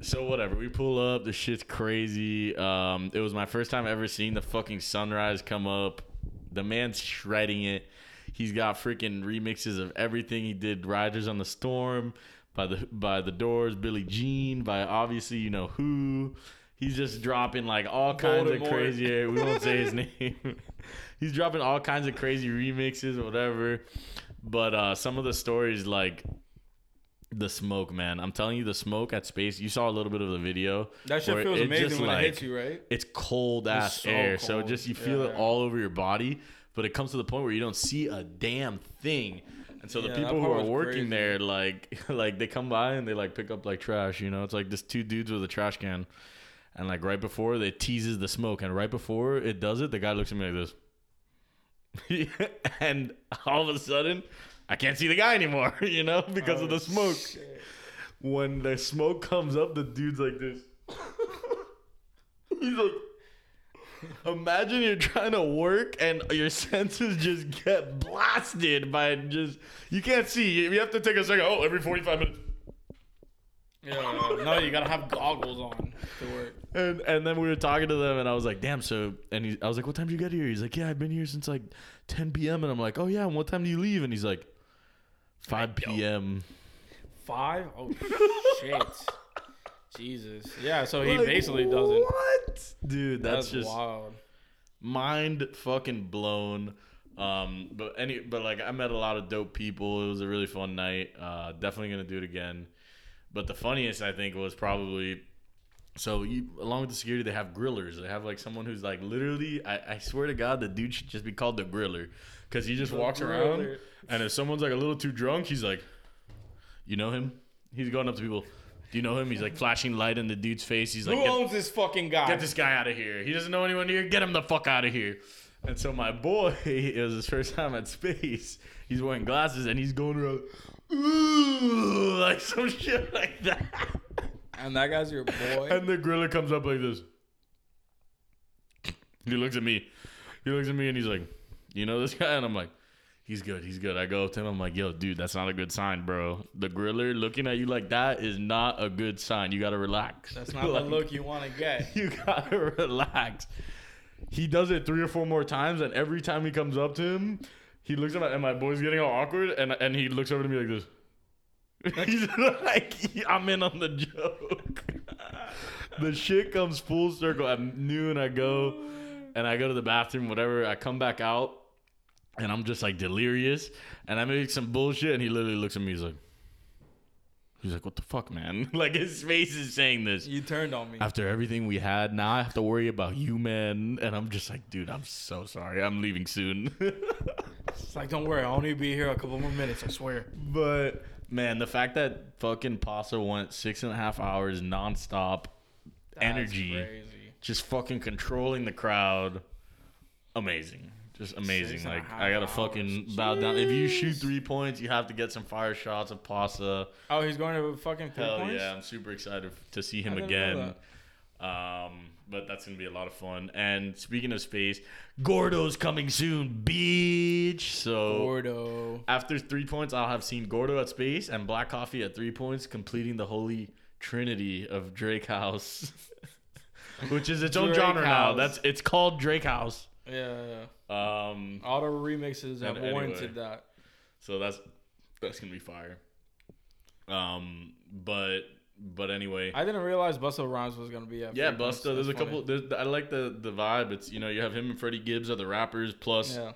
Speaker 3: So whatever, we pull up. The shit's crazy. Um, it was my first time ever seeing the fucking sunrise come up. The man's shredding it. He's got freaking remixes of everything he did. Riders on the Storm by the by the Doors, Billie Jean by obviously you know who. He's just dropping like all kinds of
Speaker 2: Voldemort.
Speaker 3: crazy. We won't say his name. He's dropping all kinds of crazy remixes, or whatever. But uh, some of the stories like the smoke, man. I'm telling you, the smoke at space. You saw a little bit of the video.
Speaker 2: that shit
Speaker 3: where
Speaker 2: feels
Speaker 3: it
Speaker 2: amazing
Speaker 3: just,
Speaker 2: when
Speaker 3: like,
Speaker 2: it hits you, right?
Speaker 3: It's cold ass
Speaker 2: so
Speaker 3: air, so
Speaker 2: cold.
Speaker 3: just you feel it
Speaker 2: Yeah.
Speaker 3: all over your body. But it comes to the point where you don't see a damn thing. And so the
Speaker 2: Yeah, that
Speaker 3: people who
Speaker 2: part
Speaker 3: are
Speaker 2: was
Speaker 3: working
Speaker 2: crazy.
Speaker 3: there, like, like they come by and they like pick up like trash. You know, it's like just two dudes with a trash can, and like right before they teases the smoke, and right before it does it, the guy looks at me like this, and all of a sudden, I can't see the guy anymore. You know, because of the smoke
Speaker 2: Oh, Shit.
Speaker 3: when the smoke comes up, the dude's like this. He's like, imagine you're trying to work and your senses just get blasted by just you can't see. You have to take a second. Oh, every 45 minutes,
Speaker 2: Yeah, no, you gotta have goggles on to work.
Speaker 3: and and then we were talking to them, and I was like, damn. So, and he, I was like, what time do you get here? He's like, yeah, I've been here since like 10 p.m. And I'm like, oh yeah, and what time do you leave? And he's like, 5 p.m.
Speaker 2: Five? Oh shit. Jesus. Yeah, so he basically doesn't.
Speaker 3: What? Dude,
Speaker 2: That's,
Speaker 3: that's, just
Speaker 2: wild.
Speaker 3: mind fucking blown. Um, but any, but like I met a lot of dope people. It was a really fun night. Uh, definitely gonna do it again. But the funniest I think was probably so you along with the security they have grillers. They have like someone who's like literally. I, I swear to God, the dude should just be called the griller because he just walks around
Speaker 2: griller.
Speaker 3: and if someone's like a little too drunk, he's like, you know him. He's going up to people. Do you know him? He's like flashing light in the dude's face. He's like,
Speaker 2: Who
Speaker 3: "Get-
Speaker 2: owns this fucking guy?
Speaker 3: get this guy out of here. He doesn't know anyone here. Get him the fuck out of here. And so my boy, it was his first time at space. He's wearing glasses and he's going around "Ooh," like some shit like that.
Speaker 2: and that guy's your boy.
Speaker 3: And the gorilla comes up like this. He looks at me. He looks at me and he's like, "You know this guy?" And I'm like, "He's good. He's good." I go up to him. I'm like, "Yo, dude, that's not a good sign, bro. The gorilla looking at you like that is not a good sign. You gotta relax."
Speaker 2: That's not the
Speaker 3: Like-
Speaker 2: look you want to get.
Speaker 3: you gotta relax. He does it three or four more times, and every time he comes up to him, he looks at my and my boy's getting all awkward, and and he looks over to me like this. He's like, I'm in on the joke. the shit comes full circle. At noon, I go and I go to the bathroom, whatever. I come back out, and I'm just like delirious, and I make some bullshit, and he literally looks at me. He's like, he's like, what the fuck, man? like his face is saying this
Speaker 2: You turned on me.
Speaker 3: after everything we had, now I have to worry about you, man. And I'm just like, dude, I'm so sorry. I'm leaving soon.
Speaker 2: It's like, don't worry, I'll only be here a couple more minutes. I swear.
Speaker 3: but man, the fact that fucking Pasta went six and a half hours nonstop,
Speaker 2: That's
Speaker 3: Energy.
Speaker 2: Crazy.
Speaker 3: just fucking controlling the crowd, amazing. Just amazing.
Speaker 2: Six and a
Speaker 3: Like
Speaker 2: half
Speaker 3: I gotta
Speaker 2: hours.
Speaker 3: fucking bow down. If you shoot three points, you have to get some fire shots of Pasta.
Speaker 2: Oh, he's going to fucking three
Speaker 3: Hell
Speaker 2: points.
Speaker 3: yeah, I'm super excited to see
Speaker 2: I
Speaker 3: him
Speaker 2: didn't know
Speaker 3: again. Um, but that's gonna be a lot of fun. And speaking of space, Gordo's coming soon, bitch.
Speaker 2: Oh.
Speaker 3: So
Speaker 2: Gordo.
Speaker 3: after three points, I'll have seen Gordo at space and Black Coffee at three points, completing the holy trinity of Drake House, which is its own
Speaker 2: Drake
Speaker 3: genre now.
Speaker 2: House.
Speaker 3: That's it's called Drake House.
Speaker 2: Yeah, yeah.
Speaker 3: Um,
Speaker 2: All the remixes have
Speaker 3: And anyway.
Speaker 2: warranted that.
Speaker 3: So that's that's gonna be fire. Um, but but anyway,
Speaker 2: I didn't realize Busta Rhymes was gonna be at.
Speaker 3: Yeah,
Speaker 2: three points.
Speaker 3: Busta. There's a
Speaker 2: That's
Speaker 3: couple.
Speaker 2: funny.
Speaker 3: There's, I like the the vibe. It's you know you have him and Freddie Gibbs are the rappers, plus
Speaker 2: Yeah,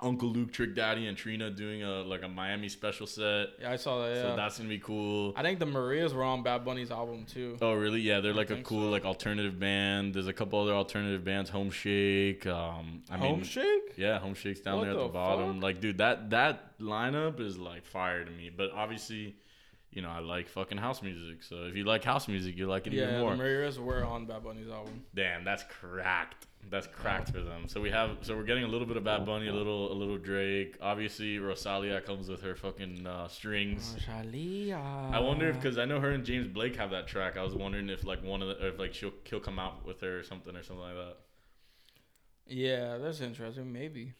Speaker 3: Uncle Luke, Trick Daddy, and Trina doing a like a Miami special set.
Speaker 2: yeah, I saw that. Yeah.
Speaker 3: So that's gonna be cool.
Speaker 2: I think the Marias were on Bad Bunny's album too.
Speaker 3: Oh really? Yeah, they're like a
Speaker 2: think
Speaker 3: cool like alternative band. There's a couple other alternative bands. Home Shake. Um, I
Speaker 2: Home
Speaker 3: mean,
Speaker 2: Shake.
Speaker 3: yeah, Home Shake's down
Speaker 2: What
Speaker 3: there at the,
Speaker 2: the
Speaker 3: bottom.
Speaker 2: fuck?
Speaker 3: Like, dude, that that lineup is like fire to me. But obviously, you know, I like fucking house music. So if you like house music, you like it even
Speaker 2: Yeah,
Speaker 3: more.
Speaker 2: the Marias were on Bad Bunny's album.
Speaker 3: Damn, that's cracked. That's cracked for them. So we have, so we're getting a little bit of Bad Bunny, a little, a little Drake. Obviously, Rosalia comes with her fucking uh, strings. I wonder if, because I know her and James Blake have that track. I was wondering if like one of the, if like she'll, he'll come out with her or something or something like that.
Speaker 2: Yeah, that's interesting. Maybe.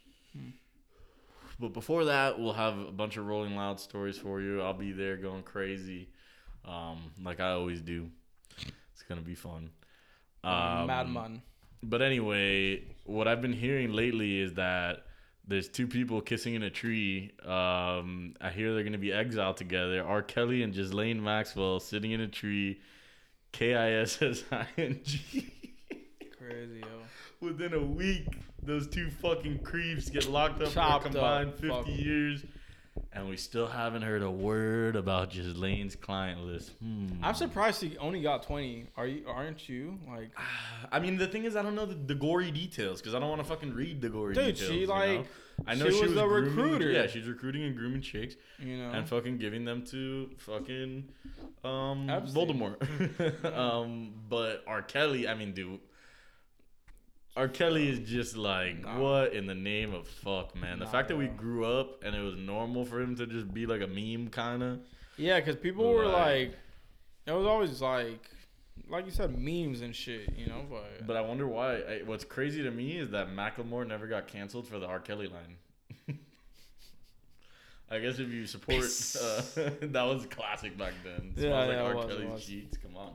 Speaker 3: But before that, we'll have a bunch of Rolling Loud stories for you. I'll be there going crazy, um, like I always do. It's gonna be fun. Um,
Speaker 2: Madman.
Speaker 3: But anyway, what I've been hearing lately is that there's two people kissing in a tree. Um, I hear they're going to be exiled together. R. Kelly and Ghislaine Maxwell sitting in a tree, K I S S I N G.
Speaker 2: Crazy yo.
Speaker 3: Within a week, those two fucking creeps get locked up
Speaker 2: Chopped
Speaker 3: for
Speaker 2: up.
Speaker 3: a combined 50
Speaker 2: Fuck.
Speaker 3: years. And we still haven't heard a word about Ghislaine's client list. Hmm.
Speaker 2: I'm surprised he only got 20. Are you? Aren't you? Like,
Speaker 3: I mean, the thing is, I don't know the, the gory details because I don't want to fucking read the gory
Speaker 2: Dude,
Speaker 3: details.
Speaker 2: she,
Speaker 3: you know?
Speaker 2: like-
Speaker 3: I know
Speaker 2: she
Speaker 3: she,
Speaker 2: was
Speaker 3: was,
Speaker 2: the
Speaker 3: grooming-
Speaker 2: recruiter. Uh-huh.
Speaker 3: Yeah, she's recruiting and grooming chicks
Speaker 2: you know.
Speaker 3: and fucking giving them to fucking um,
Speaker 2: Epstein.
Speaker 3: Voldemort. um, but R. Kelly, I mean, dude. R. Kelly is just like,
Speaker 2: Nah.
Speaker 3: what in the name of fuck, man? The
Speaker 2: Nah,
Speaker 3: fact that we
Speaker 2: bro.
Speaker 3: grew up and it was normal for him to just be like a meme, kind of.
Speaker 2: Yeah, because people were
Speaker 3: Like-
Speaker 2: like, it was always like, like you said, memes and shit, you know. But,
Speaker 3: But I wonder why. I, what's crazy to me is that Macklemore never got canceled for the R. Kelly line. I guess if you support, uh, that was classic back then.
Speaker 2: Yeah,
Speaker 3: Smells
Speaker 2: yeah, it
Speaker 3: like
Speaker 2: was,
Speaker 3: R.
Speaker 2: it
Speaker 3: Kelly's
Speaker 2: was.
Speaker 3: cheats. Come on.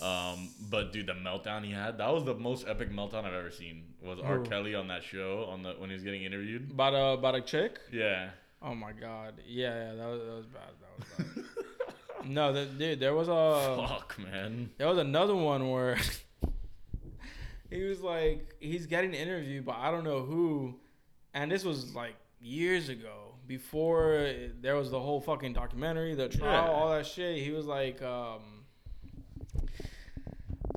Speaker 3: Um, but dude, the meltdown he had, that was the most epic meltdown I've ever seen. Was R.
Speaker 2: Who?
Speaker 3: Kelly on that show on the when he was getting interviewed?
Speaker 2: by the by the chick,
Speaker 3: Yeah.
Speaker 2: Oh my god. Yeah, yeah, that was, that was bad. That was bad. no, that, dude, there was a
Speaker 3: Fuck, man.
Speaker 2: there was another one where he was like he's getting interviewed, but I don't know who, and this was like years ago before it- there was the whole fucking documentary, the trial,
Speaker 3: Yeah.
Speaker 2: all that shit. He was like. um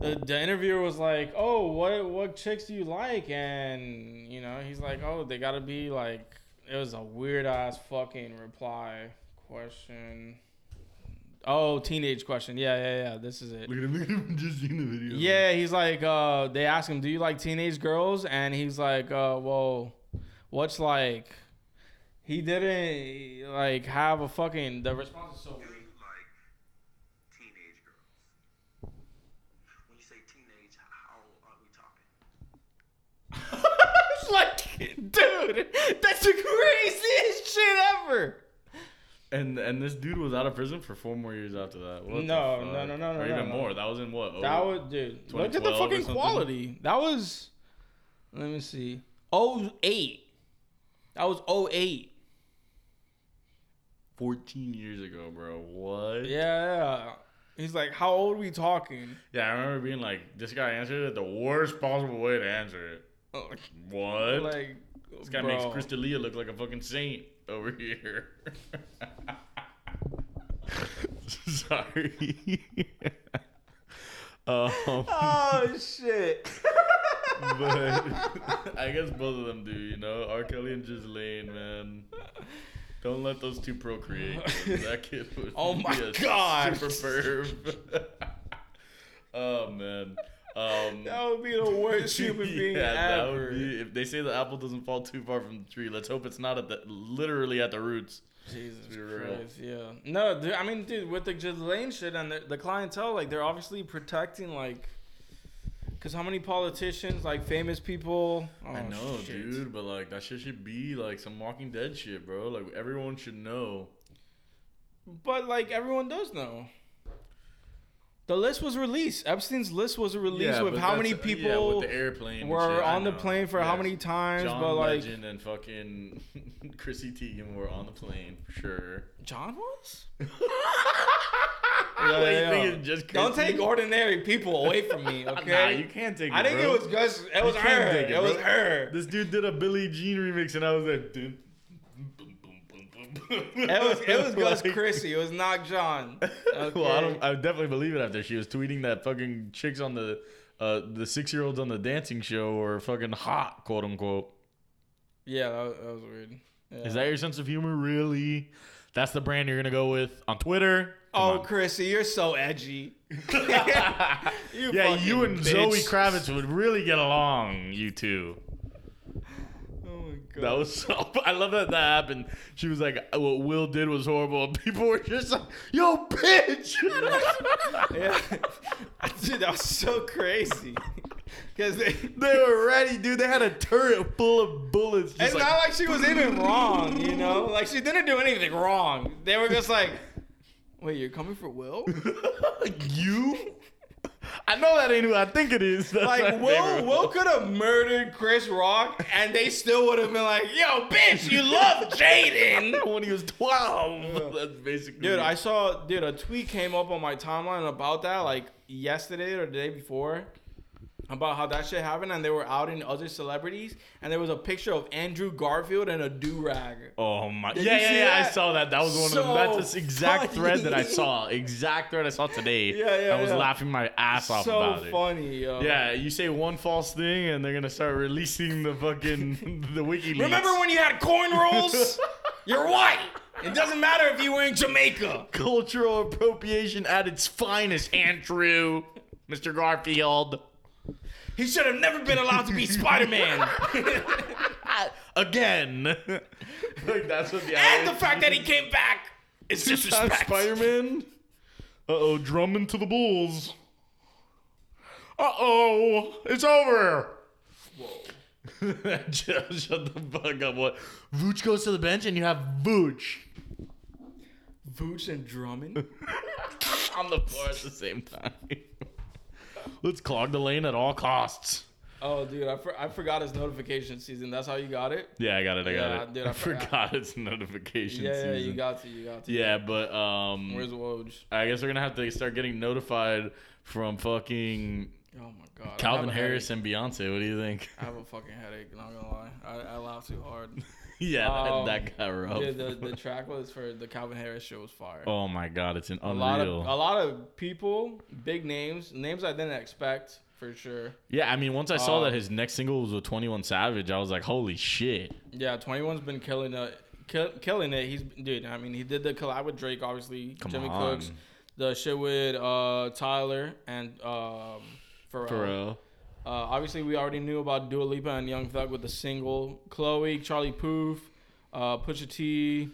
Speaker 2: the, the interviewer was like, "Oh, what what chicks do you like?" And you know, he's like, "Oh, they gotta be like." It was a weird ass fucking reply question. Oh, teenage question. Yeah, yeah, yeah. This is it.
Speaker 3: Look at him. Look at him. Just in the video.
Speaker 2: Yeah, he's like, uh, they ask him, "Do you like teenage girls?" And he's like, uh, "Well, what's like?" He didn't like have a fucking. The response is so
Speaker 4: Do
Speaker 2: weird.
Speaker 4: you like teenage girls? When you say teenage, h- how old are we talking?
Speaker 2: it's like, dude, that's the craziest shit ever.
Speaker 3: And and this dude was out of prison for four more years after that. What the
Speaker 2: No,
Speaker 3: fuck?
Speaker 2: no, no, no, no,
Speaker 3: Or
Speaker 2: no,
Speaker 3: even
Speaker 2: no.
Speaker 3: more. That was in what?
Speaker 2: That
Speaker 3: oh,
Speaker 2: was, dude. Look at the
Speaker 3: 2012 or
Speaker 2: fucking
Speaker 3: something?
Speaker 2: quality. That was. Let me see. 08. That was 08.
Speaker 3: 14 years ago, bro. What?
Speaker 2: Yeah, yeah. He's like, how old we talking?
Speaker 3: Yeah, I remember being like, this guy answered it the worst possible way to answer it.
Speaker 2: Like,
Speaker 3: What?
Speaker 2: this
Speaker 3: this guy makes Crystalia look like a fucking saint over here. Sorry. um,
Speaker 2: Oh shit.
Speaker 3: but I guess both of them do, you know? R. Kelly and Ghislaine, man. Don't let those two procreate. 'cause That kid was
Speaker 2: Oh my
Speaker 3: be a
Speaker 2: God.
Speaker 3: super perv. oh man. Um,
Speaker 2: that would be the worst human being
Speaker 3: that would
Speaker 2: ever.
Speaker 3: be- if they say the apple doesn't fall too far from the tree, let's hope it's not at the literally at the roots.
Speaker 2: Jesus
Speaker 3: be real.
Speaker 2: Christ, yeah. No, dude, I mean, dude, with the Ghislaine shit and the, the clientele, like, they're obviously protecting, like, because how many politicians, like, famous people?
Speaker 3: I
Speaker 2: Oh,
Speaker 3: know,
Speaker 2: shit.
Speaker 3: dude, but like that shit should be like some Walking Dead shit, bro. Like everyone should know.
Speaker 2: But, like, everyone does know. The list was released. Epstein's list was released with
Speaker 3: but
Speaker 2: how many
Speaker 3: that's- yeah,
Speaker 2: people
Speaker 3: with the airplane and
Speaker 2: were
Speaker 3: shit, I
Speaker 2: on the
Speaker 3: know.
Speaker 2: plane for how
Speaker 3: Yes.
Speaker 2: many times,
Speaker 3: John
Speaker 2: but, like,
Speaker 3: Legend and fucking Chrissy Teigen were on the plane for sure.
Speaker 2: John was?
Speaker 3: Ah, Like, you
Speaker 2: yeah,
Speaker 3: think
Speaker 2: yeah.
Speaker 3: it's just
Speaker 2: Don't
Speaker 3: Chrissy?
Speaker 2: take ordinary people away from me, okay?
Speaker 3: Nah, you can't take. It,
Speaker 2: I think
Speaker 3: bro.
Speaker 2: it was Gus. It was
Speaker 3: can't
Speaker 2: her.
Speaker 3: dig
Speaker 2: It,
Speaker 3: it,
Speaker 2: was
Speaker 3: bro.
Speaker 2: her.
Speaker 3: This dude did a Billie Jean remix, and I was like, dun, boom, boom, boom, boom, boom.
Speaker 2: It was it was Gus
Speaker 3: Like-
Speaker 2: Chrissy. It was not John. Okay.
Speaker 3: Well, I don't. I definitely believe it after she was tweeting that fucking chicks on the, uh, the six year olds on the dancing show were fucking hot, quote unquote.
Speaker 2: yeah, that was, that was weird. Yeah.
Speaker 3: Is that your sense of humor, really? That's the brand you're gonna go with on Twitter.
Speaker 2: oh,
Speaker 3: Come on.
Speaker 2: Chrissy, you're so edgy. you Oh,
Speaker 3: yeah,
Speaker 2: fucking
Speaker 3: you and
Speaker 2: bitch.
Speaker 3: Zoe Kravitz would really get along, you two.
Speaker 2: Oh my god.
Speaker 3: That was so. I love that that happened. She was like, uh, "What Will did was horrible," and people were just like, "Yo, bitch!"
Speaker 2: yeah. Dude, that was so crazy. Because
Speaker 3: they were ready, dude. They had a turret full of bullets. Just
Speaker 2: It's
Speaker 3: like,
Speaker 2: not like she was even wrong, you know? Like she didn't do anything wrong. They were just like, "Wait, you're coming for Will?"
Speaker 3: you. I know that ain't who I think it is. That's why
Speaker 2: Like
Speaker 3: they
Speaker 2: Will,
Speaker 3: were-
Speaker 2: Will could have murdered Chris Rock, and they still would have been like, "Yo, bitch, you love Jaden."
Speaker 3: when he was twelve. That's basically.
Speaker 2: Dude, I saw dude a tweet came up on my timeline about that like yesterday or the day before about how that shit happened and they were out in other celebrities and there was a picture of Andrew Garfield and a do-rag.
Speaker 3: Oh my!
Speaker 2: Did
Speaker 3: yeah,
Speaker 2: you
Speaker 3: yeah,
Speaker 2: see
Speaker 3: yeah! I
Speaker 2: that?
Speaker 3: saw that. That was one of them. That's
Speaker 2: So
Speaker 3: this exact thread that I
Speaker 2: funny.
Speaker 3: saw. Exact thread I saw today.
Speaker 2: Yeah, yeah,
Speaker 3: I was
Speaker 2: yeah.
Speaker 3: laughing my ass off
Speaker 2: So
Speaker 3: about it.
Speaker 2: funny, yo.
Speaker 3: Yeah, you say one false thing and they're gonna start releasing the fucking the WikiLeaks.
Speaker 2: Remember when you had corn rolls? You're white. It doesn't matter if you were in Jamaica.
Speaker 3: cultural appropriation at its finest, Andrew, Mr. Garfield.
Speaker 2: He should have never been allowed to be Spider-Man.
Speaker 3: Again, like that's what the
Speaker 2: and the fact that he came back is disrespect.
Speaker 3: Spider Man. Uh oh, drumming to the Bulls. Uh oh, it's over. Shut shut the fuck up. What? Vooch goes to the bench and you have Vooch
Speaker 2: Vooch and Drummond.
Speaker 3: on the floor at the same time. Let's clog the lane at all costs.
Speaker 2: Oh, dude, I, for- I forgot his notification season. That's how you got it.
Speaker 3: Yeah, I got it. I got
Speaker 2: Yeah,
Speaker 3: it.
Speaker 2: dude,
Speaker 3: I,
Speaker 2: I forgot.
Speaker 3: forgot it's notification
Speaker 2: Yeah, yeah,
Speaker 3: season.
Speaker 2: you got to, you got to.
Speaker 3: yeah, but um,
Speaker 2: Where's Woj?
Speaker 3: I guess we're gonna have to start getting notified from fucking
Speaker 2: Oh my god. I
Speaker 3: Calvin
Speaker 2: have a
Speaker 3: Harris
Speaker 2: headache.
Speaker 3: and Beyonce. What do you think?
Speaker 2: I have a fucking headache. Not gonna lie, I, I laughed too hard.
Speaker 3: yeah,
Speaker 2: Um,
Speaker 3: that, that got rough.
Speaker 2: yeah, the the track list for the Calvin Harris show was fire.
Speaker 3: oh my god, it's an
Speaker 2: a
Speaker 3: unreal.
Speaker 2: lot of a lot of people, big names, names I didn't expect for sure.
Speaker 3: yeah, I mean, once I saw
Speaker 2: Uh,
Speaker 3: that his next single was with Twenty One Savage, I was like, holy shit.
Speaker 2: Yeah, 21's been killing it. Kill, killing it. He's dude. I mean, he did the collab with Drake, obviously.
Speaker 3: Come
Speaker 2: Jimmy
Speaker 3: on.
Speaker 2: Cooks, the shit with uh, Tyler and um, Pharrell.
Speaker 3: For real.
Speaker 2: Uh, obviously, we already knew about Dua Lipa and Young Thug with the single. Chloe, Charlie Poof, uh, Pusha T.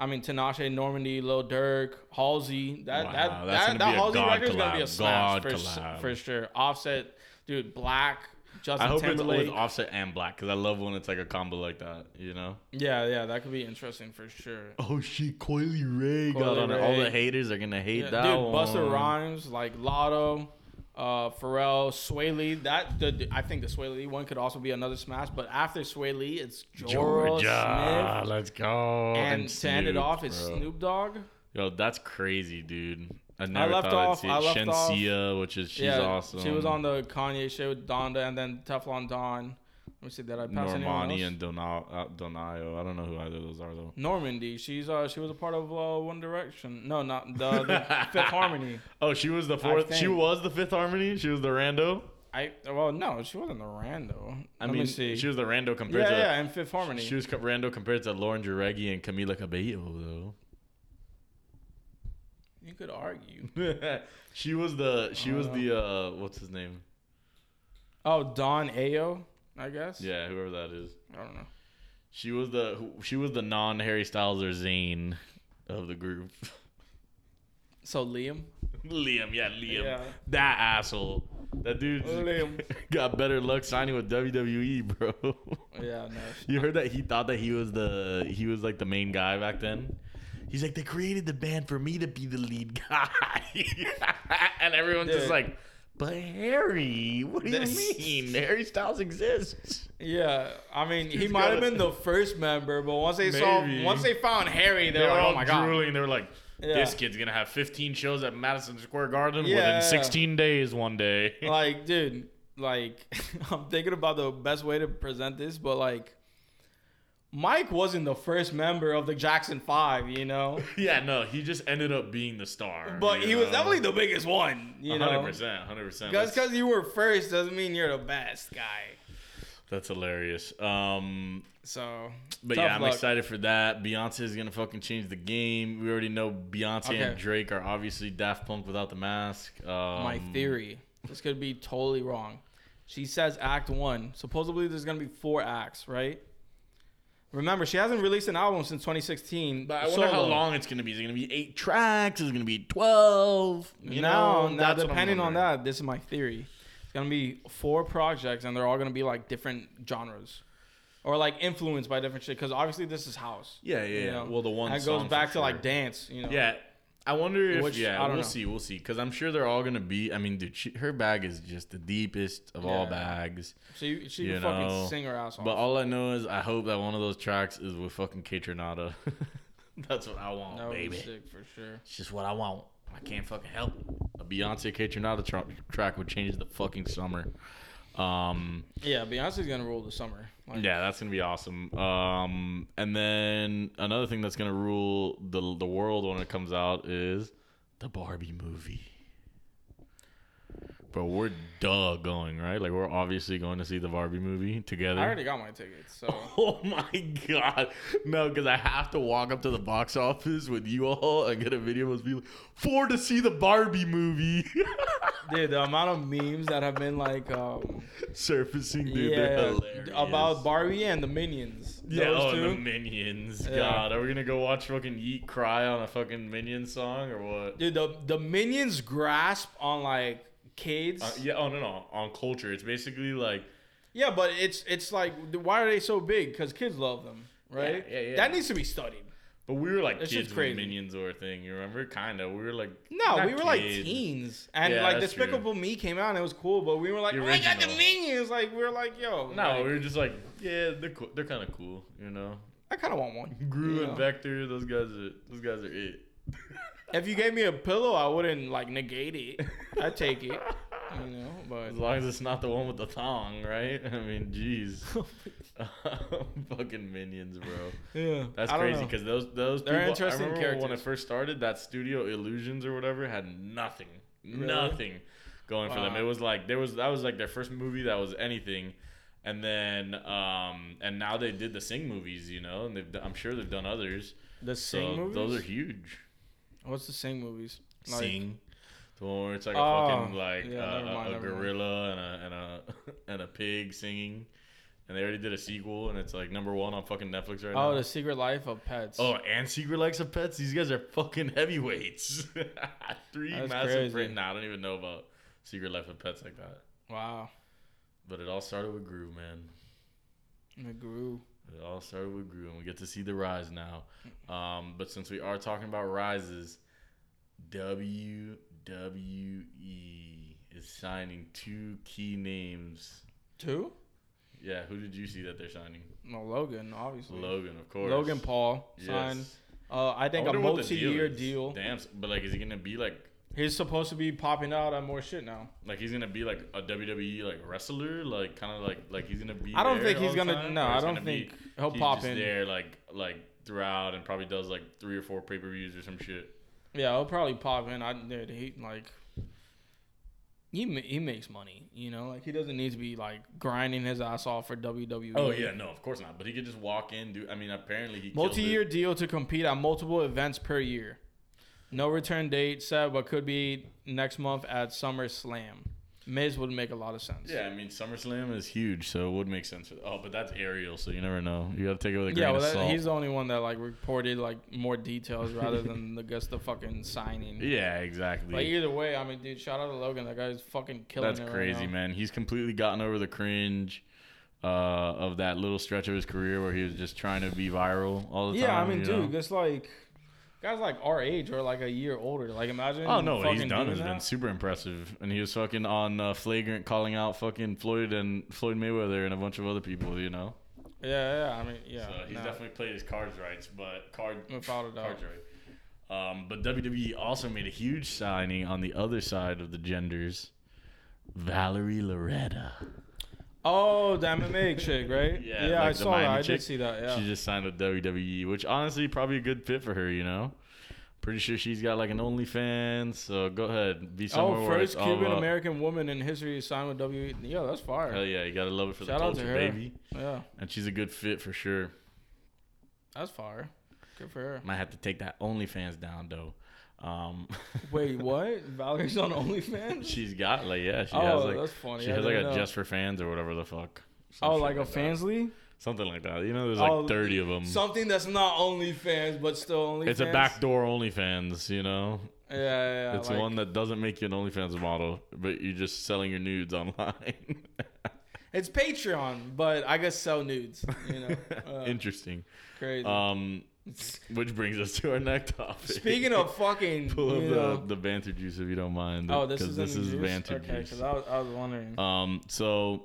Speaker 2: I mean, Tinashe, Normandy, Lil Durk, Halsey. That
Speaker 3: Wow,
Speaker 2: that
Speaker 3: that's
Speaker 2: that,
Speaker 3: gonna
Speaker 2: that
Speaker 3: be a
Speaker 2: Halsey
Speaker 3: god
Speaker 2: record's gonna be
Speaker 3: collab,
Speaker 2: a smash
Speaker 3: god
Speaker 2: for, s-
Speaker 3: collab.
Speaker 2: for sure. Offset, dude, Black, Justin
Speaker 3: I hope
Speaker 2: Timberlake.
Speaker 3: it's with Offset and Black because I love when it's like a combo like that. You know.
Speaker 2: yeah, yeah, that could be interesting for sure.
Speaker 3: Oh shit, Coily Ray got
Speaker 2: Coily
Speaker 3: on it. All
Speaker 2: Ray.
Speaker 3: the haters are gonna hate
Speaker 2: Yeah,
Speaker 3: that
Speaker 2: dude, Busta
Speaker 3: one.
Speaker 2: Rhymes, like Lotto, uh, Pharrell, Sway Lee. That the, I think the Sway Lee one could also be another smash. But after Sway Lee, it's Jorah Smith.
Speaker 3: Georgia, let's go.
Speaker 2: and, to end it
Speaker 3: Snoop,
Speaker 2: off, it's
Speaker 3: bro.
Speaker 2: Snoop Dogg.
Speaker 3: Yo, that's crazy, dude. I never
Speaker 2: left
Speaker 3: thought
Speaker 2: off-
Speaker 3: I'd see it.
Speaker 2: I left off-
Speaker 3: Shensia, which is she's awesome.
Speaker 2: She was on the Kanye show with Donda and then Teflon Don. Let me see, did I pass anyone else?
Speaker 3: Normani and Donal, uh, Donayo. I don't know who either of those are though.
Speaker 2: Normandy. She's uh she was a part of uh, One Direction. No, not the, the Fifth Harmony.
Speaker 3: Oh, she was the fourth. She
Speaker 2: think-
Speaker 3: was the Fifth Harmony. She was the rando.
Speaker 2: I well no, she wasn't the rando.
Speaker 3: I
Speaker 2: Let
Speaker 3: mean,
Speaker 2: me see.
Speaker 3: she was the rando
Speaker 2: yeah,
Speaker 3: compared to.
Speaker 2: yeah, and Fifth Harmony.
Speaker 3: She was co- rando compared to Lauren Jareggi and Camila Cabello
Speaker 2: you could argue.
Speaker 3: though. she was the. She was
Speaker 2: Uh.
Speaker 3: the. uh What's his name?
Speaker 2: Oh, Don Ayo, I guess.
Speaker 3: Yeah, whoever that is.
Speaker 2: I don't know.
Speaker 3: She was the. who- She was the non Harry Styles or Zayn of the group.
Speaker 2: So Liam.
Speaker 3: Liam, yeah, Liam.
Speaker 2: Yeah.
Speaker 3: That asshole. That dude just
Speaker 2: Liam.
Speaker 3: got better luck signing with WWE, bro.
Speaker 2: Yeah, no. she-
Speaker 3: you heard that he thought that he was the he was like the main guy back then. He's like, they created the band for me to be the lead guy, and everyone's
Speaker 2: Dude.
Speaker 3: just like, but Harry, what do you
Speaker 2: This-
Speaker 3: mean? Harry Styles exists.
Speaker 2: Yeah, I mean, he
Speaker 3: He's
Speaker 2: might have
Speaker 3: gotta-
Speaker 2: been the first member, but once they saw,
Speaker 3: Maybe.
Speaker 2: once they found Harry,
Speaker 3: They
Speaker 2: they're
Speaker 3: were
Speaker 2: like,
Speaker 3: all
Speaker 2: "Oh my god!"
Speaker 3: drooling. They were like, this
Speaker 2: Yeah.
Speaker 3: kid's gonna have 15 shows at Madison Square Garden
Speaker 2: Yeah.
Speaker 3: within 16 days. One day,
Speaker 2: Like, dude, like, I'm thinking about the best way to present this, but like, Mike wasn't the first member of the Jackson Five, you know,
Speaker 3: yeah, no, he just ended up being the star.
Speaker 2: but
Speaker 3: you
Speaker 2: he was
Speaker 3: know?
Speaker 2: definitely the biggest one, you
Speaker 3: hundred
Speaker 2: know.
Speaker 3: percent, hundred percent.
Speaker 2: Just
Speaker 3: That's-
Speaker 2: because you were first doesn't mean you're the best guy.
Speaker 3: That's hilarious. Um,
Speaker 2: So,
Speaker 3: but
Speaker 2: tough
Speaker 3: yeah, I'm
Speaker 2: luck.
Speaker 3: excited for that. Beyonce is gonna fucking change the game. We already know Beyonce
Speaker 2: Okay.
Speaker 3: and Drake are obviously Daft Punk without the mask. Um,
Speaker 2: my theory. This could be totally wrong. She says act one. Supposedly there's gonna be four acts, right? Remember, she hasn't released an album since 2016.
Speaker 3: But I wonder how
Speaker 2: solo.
Speaker 3: long it's gonna be. Is it gonna be eight tracks? Is it gonna be twelve? You
Speaker 2: now,
Speaker 3: know,
Speaker 2: now
Speaker 3: That's what I'm
Speaker 2: depending on
Speaker 3: wondering.
Speaker 2: that, this is my theory. It's gonna be four projects, and they're all gonna be like different genres, or like influenced by different shit. Because obviously this is house.
Speaker 3: Yeah, yeah,
Speaker 2: you
Speaker 3: yeah.
Speaker 2: know?
Speaker 3: Well, the one
Speaker 2: that
Speaker 3: song
Speaker 2: goes
Speaker 3: for
Speaker 2: back to
Speaker 3: sure.
Speaker 2: like dance. You know.
Speaker 3: Yeah. I wonder if
Speaker 2: Which,
Speaker 3: yeah,
Speaker 2: I don't
Speaker 3: we'll
Speaker 2: know.
Speaker 3: see, we'll see, because I'm sure they're all gonna be. I mean, dude, she, her bag is just the deepest of all
Speaker 2: Yeah.
Speaker 3: bags.
Speaker 2: She she
Speaker 3: You
Speaker 2: can fucking
Speaker 3: know,
Speaker 2: sing her ass off.
Speaker 3: But all I know is I hope that one of those tracks is with fucking K Tronada. That's what I want,
Speaker 2: that would be
Speaker 3: baby.
Speaker 2: sick for sure.
Speaker 3: It's just what I want. I can't fucking help it. A Beyonce K Tronada tra- track would change the fucking summer. Um,
Speaker 2: Yeah, Beyonce's gonna rule the summer. Like,
Speaker 3: yeah, that's gonna be awesome. Um, and then another thing that's gonna rule the the world when it comes out is the Barbie movie. Bro, we're duh going right. Like we're obviously going to see the Barbie movie together.
Speaker 2: I already got my tickets, so
Speaker 3: Oh my god. No, because I have to walk up to the box office with you all and get a video of people for to see the Barbie movie
Speaker 2: dude, the amount of memes that have been like, um,
Speaker 3: surfacing, dude. They're
Speaker 2: yeah,
Speaker 3: hilarious.
Speaker 2: about Barbie and the Minions.
Speaker 3: yeah,
Speaker 2: Those
Speaker 3: oh, and
Speaker 2: two.
Speaker 3: the Minions.
Speaker 2: Yeah.
Speaker 3: God, are we gonna go watch fucking Yeet cry on a fucking Minion song or what?
Speaker 2: dude, the the Minions grasp on like kids.
Speaker 3: Uh, yeah, oh no, no, on culture. It's basically like
Speaker 2: yeah, but it's it's like, why are they so big? Because kids love them, right?
Speaker 3: Yeah, yeah, yeah.
Speaker 2: That needs to be studied.
Speaker 3: But we were like
Speaker 2: It's just
Speaker 3: kids
Speaker 2: crazy.
Speaker 3: when Minions were a thing. You remember? Kind of. We were like
Speaker 2: No,
Speaker 3: not
Speaker 2: we were like
Speaker 3: kids.
Speaker 2: teens, and
Speaker 3: Yeah,
Speaker 2: like
Speaker 3: that's
Speaker 2: Despicable Me came out and it was cool, but we were like,
Speaker 3: The
Speaker 2: oh my god, the
Speaker 3: original.
Speaker 2: minions! Like we were like, yo,
Speaker 3: No,
Speaker 2: like,
Speaker 3: we were just like yeah, they're cool. they're kind of cool. You know,
Speaker 2: I kind of want one.
Speaker 3: Gru
Speaker 2: You know?
Speaker 3: and Vector. Those guys are those guys are it.
Speaker 2: If you gave me a pillow, I wouldn't like negate it. I'd take it, you know. But
Speaker 3: As long as it's not the one with the thong, right? I mean, jeez. fucking minions, bro.
Speaker 2: yeah,
Speaker 3: That's
Speaker 2: I don't
Speaker 3: crazy
Speaker 2: know.
Speaker 3: because those those
Speaker 2: They're
Speaker 3: people,
Speaker 2: interesting
Speaker 3: I remember when it
Speaker 2: characters.
Speaker 3: first started, that studio Illusions or whatever had nothing, nothing going for them.
Speaker 2: Wow.
Speaker 3: It was like there was that was like their first movie that was anything, and then um and now they did the Sing movies, you know, and they've done- I'm sure they've done others.
Speaker 2: the
Speaker 3: So
Speaker 2: Sing movies.
Speaker 3: those are huge.
Speaker 2: What's the Sing movies? Like,
Speaker 3: Sing. The one where it's like a
Speaker 2: Oh,
Speaker 3: fucking like
Speaker 2: yeah,
Speaker 3: uh,
Speaker 2: never mind,
Speaker 3: a, a
Speaker 2: never mind.
Speaker 3: gorilla and a and a and a pig singing, and they already did a sequel and it's like number one on fucking Netflix right now.
Speaker 2: Oh, The Secret Life of Pets.
Speaker 3: Oh, and Secret Likes of Pets. These guys are fucking heavyweights. Three
Speaker 2: That's
Speaker 3: massive
Speaker 2: crazy.
Speaker 3: print. Nah, I don't even know about Secret Life of Pets like that.
Speaker 2: wow,
Speaker 3: But it all started with Gru, man.
Speaker 2: McGrew.
Speaker 3: It all started with Gru, and we get to see the rise now. Um, but since we are talking about rises, WWE E is signing two key names.
Speaker 2: Two?
Speaker 3: Yeah, who did you see that they're signing?
Speaker 2: No, Logan, obviously.
Speaker 3: Logan, of course.
Speaker 2: Logan Paul
Speaker 3: Yes.
Speaker 2: signed. Uh, I think a
Speaker 3: wonder what the
Speaker 2: multi-year
Speaker 3: is.
Speaker 2: deal.
Speaker 3: Damn, but like, is he gonna be like?
Speaker 2: He's supposed to be popping out on more shit now.
Speaker 3: Like he's gonna be like a WWE like wrestler, like kind of like like he's gonna be.
Speaker 2: I don't
Speaker 3: there
Speaker 2: think
Speaker 3: all
Speaker 2: he's
Speaker 3: the
Speaker 2: gonna.
Speaker 3: time?
Speaker 2: no,
Speaker 3: Or
Speaker 2: I
Speaker 3: it's
Speaker 2: don't
Speaker 3: gonna be-
Speaker 2: think he'll
Speaker 3: he's
Speaker 2: pop
Speaker 3: just
Speaker 2: in.
Speaker 3: there like like throughout and probably does like three or four pay per views or some shit.
Speaker 2: Yeah, he'll probably pop in. I dude, he like. He, ma- he makes money, you know. Like he doesn't need to be like grinding his ass off for E. WWE.
Speaker 3: Oh yeah, no, of course not. But he could just walk in. Do I mean apparently he killed it.
Speaker 2: Multi-year deal to compete at multiple events per year. No return date set, but could be next month at SummerSlam. Miz would make a lot of sense.
Speaker 3: Yeah, I mean SummerSlam is huge, so it would make sense. For, oh, but that's Ariel, so you never know. You gotta take it with a grain
Speaker 2: Yeah, well,
Speaker 3: of
Speaker 2: that,
Speaker 3: salt.
Speaker 2: he's the only one that like reported like more details rather than the guess the fucking signing.
Speaker 3: yeah, exactly.
Speaker 2: But either way, I mean, dude, shout out to Logan. That guy's fucking killing
Speaker 3: That's
Speaker 2: it right
Speaker 3: crazy,
Speaker 2: now.
Speaker 3: man. He's completely gotten over the cringe uh, of that little stretch of his career where he was just trying to be viral all the
Speaker 2: Yeah,
Speaker 3: time.
Speaker 2: I mean,
Speaker 3: you
Speaker 2: dude,
Speaker 3: know?
Speaker 2: it's like guys like our age or like a year older. Like, imagine.
Speaker 3: Oh no, what he's
Speaker 2: fucking
Speaker 3: done
Speaker 2: doing
Speaker 3: has been
Speaker 2: that.
Speaker 3: super impressive, and he was fucking on uh, flagrant calling out fucking Floyd and Floyd Mayweather and a bunch of other people, you know.
Speaker 2: Yeah, yeah. I mean, yeah.
Speaker 3: so he's
Speaker 2: nah,
Speaker 3: definitely played his cards right, but card
Speaker 2: Without a doubt.
Speaker 3: cards right. Um, but WWE also made a huge signing on the other side of the genders, Valerie Loretta.
Speaker 2: Oh, the MMA chick, right?
Speaker 3: Yeah,
Speaker 2: yeah.
Speaker 3: like
Speaker 2: I
Speaker 3: the
Speaker 2: saw that.
Speaker 3: Miami
Speaker 2: I
Speaker 3: chick.
Speaker 2: did see that. Yeah.
Speaker 3: She just signed with WWE, E, which honestly probably a good fit for her, you know. Pretty sure she's got like an OnlyFans, so go ahead, be somewhere
Speaker 2: oh,
Speaker 3: where
Speaker 2: first
Speaker 3: it's all
Speaker 2: Cuban
Speaker 3: about-
Speaker 2: American woman in history signed with WWE. Yeah, that's fire.
Speaker 3: Hell yeah, you gotta love it for
Speaker 2: Shout
Speaker 3: the
Speaker 2: out to
Speaker 3: culture,
Speaker 2: her.
Speaker 3: baby.
Speaker 2: yeah,
Speaker 3: And she's a good fit for sure.
Speaker 2: that's fire. Good for her.
Speaker 3: Might have to take that OnlyFans down though. Um,
Speaker 2: Wait, what? Valerie's on OnlyFans?
Speaker 3: she's got like yeah, she
Speaker 2: Oh,
Speaker 3: has like
Speaker 2: that's funny.
Speaker 3: she
Speaker 2: I
Speaker 3: has like a
Speaker 2: didn't know.
Speaker 3: just for fans or whatever the fuck. Some
Speaker 2: Oh,
Speaker 3: shit
Speaker 2: like a
Speaker 3: that.
Speaker 2: fansly?
Speaker 3: something like that. You know, there's like
Speaker 2: Oh,
Speaker 3: thirty of them.
Speaker 2: Something that's not OnlyFans, but still OnlyFans.
Speaker 3: it's a backdoor OnlyFans, you know.
Speaker 2: Yeah, yeah. yeah,
Speaker 3: It's
Speaker 2: like-
Speaker 3: one that doesn't make you an OnlyFans model, but you're just selling your nudes online.
Speaker 2: It's Patreon, but I guess sell nudes. You know, uh,
Speaker 3: Interesting.
Speaker 2: crazy.
Speaker 3: Um, which brings us to our next topic.
Speaker 2: Speaking of fucking,
Speaker 3: pull
Speaker 2: you
Speaker 3: up
Speaker 2: know,
Speaker 3: the, the banter juice if you don't mind.
Speaker 2: oh, this
Speaker 3: 'cause
Speaker 2: is this is juice?
Speaker 3: banter
Speaker 2: okay,
Speaker 3: juice.
Speaker 2: because I was, I was wondering.
Speaker 3: Um, so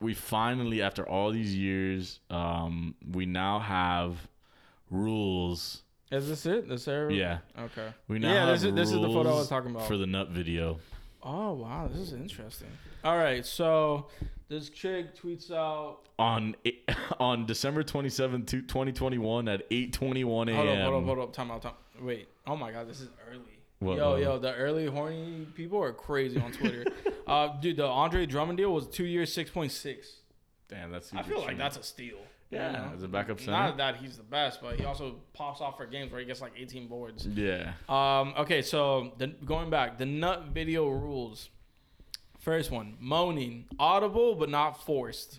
Speaker 3: we finally, after all these years, um, we now have rules.
Speaker 2: is this it? The server?
Speaker 3: Yeah,
Speaker 2: Okay.
Speaker 3: we now
Speaker 2: yeah,
Speaker 3: have
Speaker 2: this is this is the photo I was
Speaker 3: rules
Speaker 2: talking about.
Speaker 3: for the nut video.
Speaker 2: oh wow, this is interesting. All right, so this chick tweets out.
Speaker 3: on on December 27th, to- 2021 at 8:21 a.m.
Speaker 2: Hold up, hold up, hold up. Time out, time. Wait. Oh my god, this is early.
Speaker 3: What,
Speaker 2: yo,
Speaker 3: what?
Speaker 2: yo, the early horny people are crazy on Twitter. uh, dude, the Andre Drummond deal was two years, six point six.
Speaker 3: Damn, that's
Speaker 2: I
Speaker 3: super
Speaker 2: feel like
Speaker 3: cheap.
Speaker 2: that's a steal.
Speaker 3: yeah,
Speaker 2: you know?
Speaker 3: as a backup center.
Speaker 2: Not that he's the best, but he also pops off for games where he gets like 18 boards.
Speaker 3: yeah.
Speaker 2: Um, okay, so the, going back, the nut video rules. First one, moaning, audible but not forced.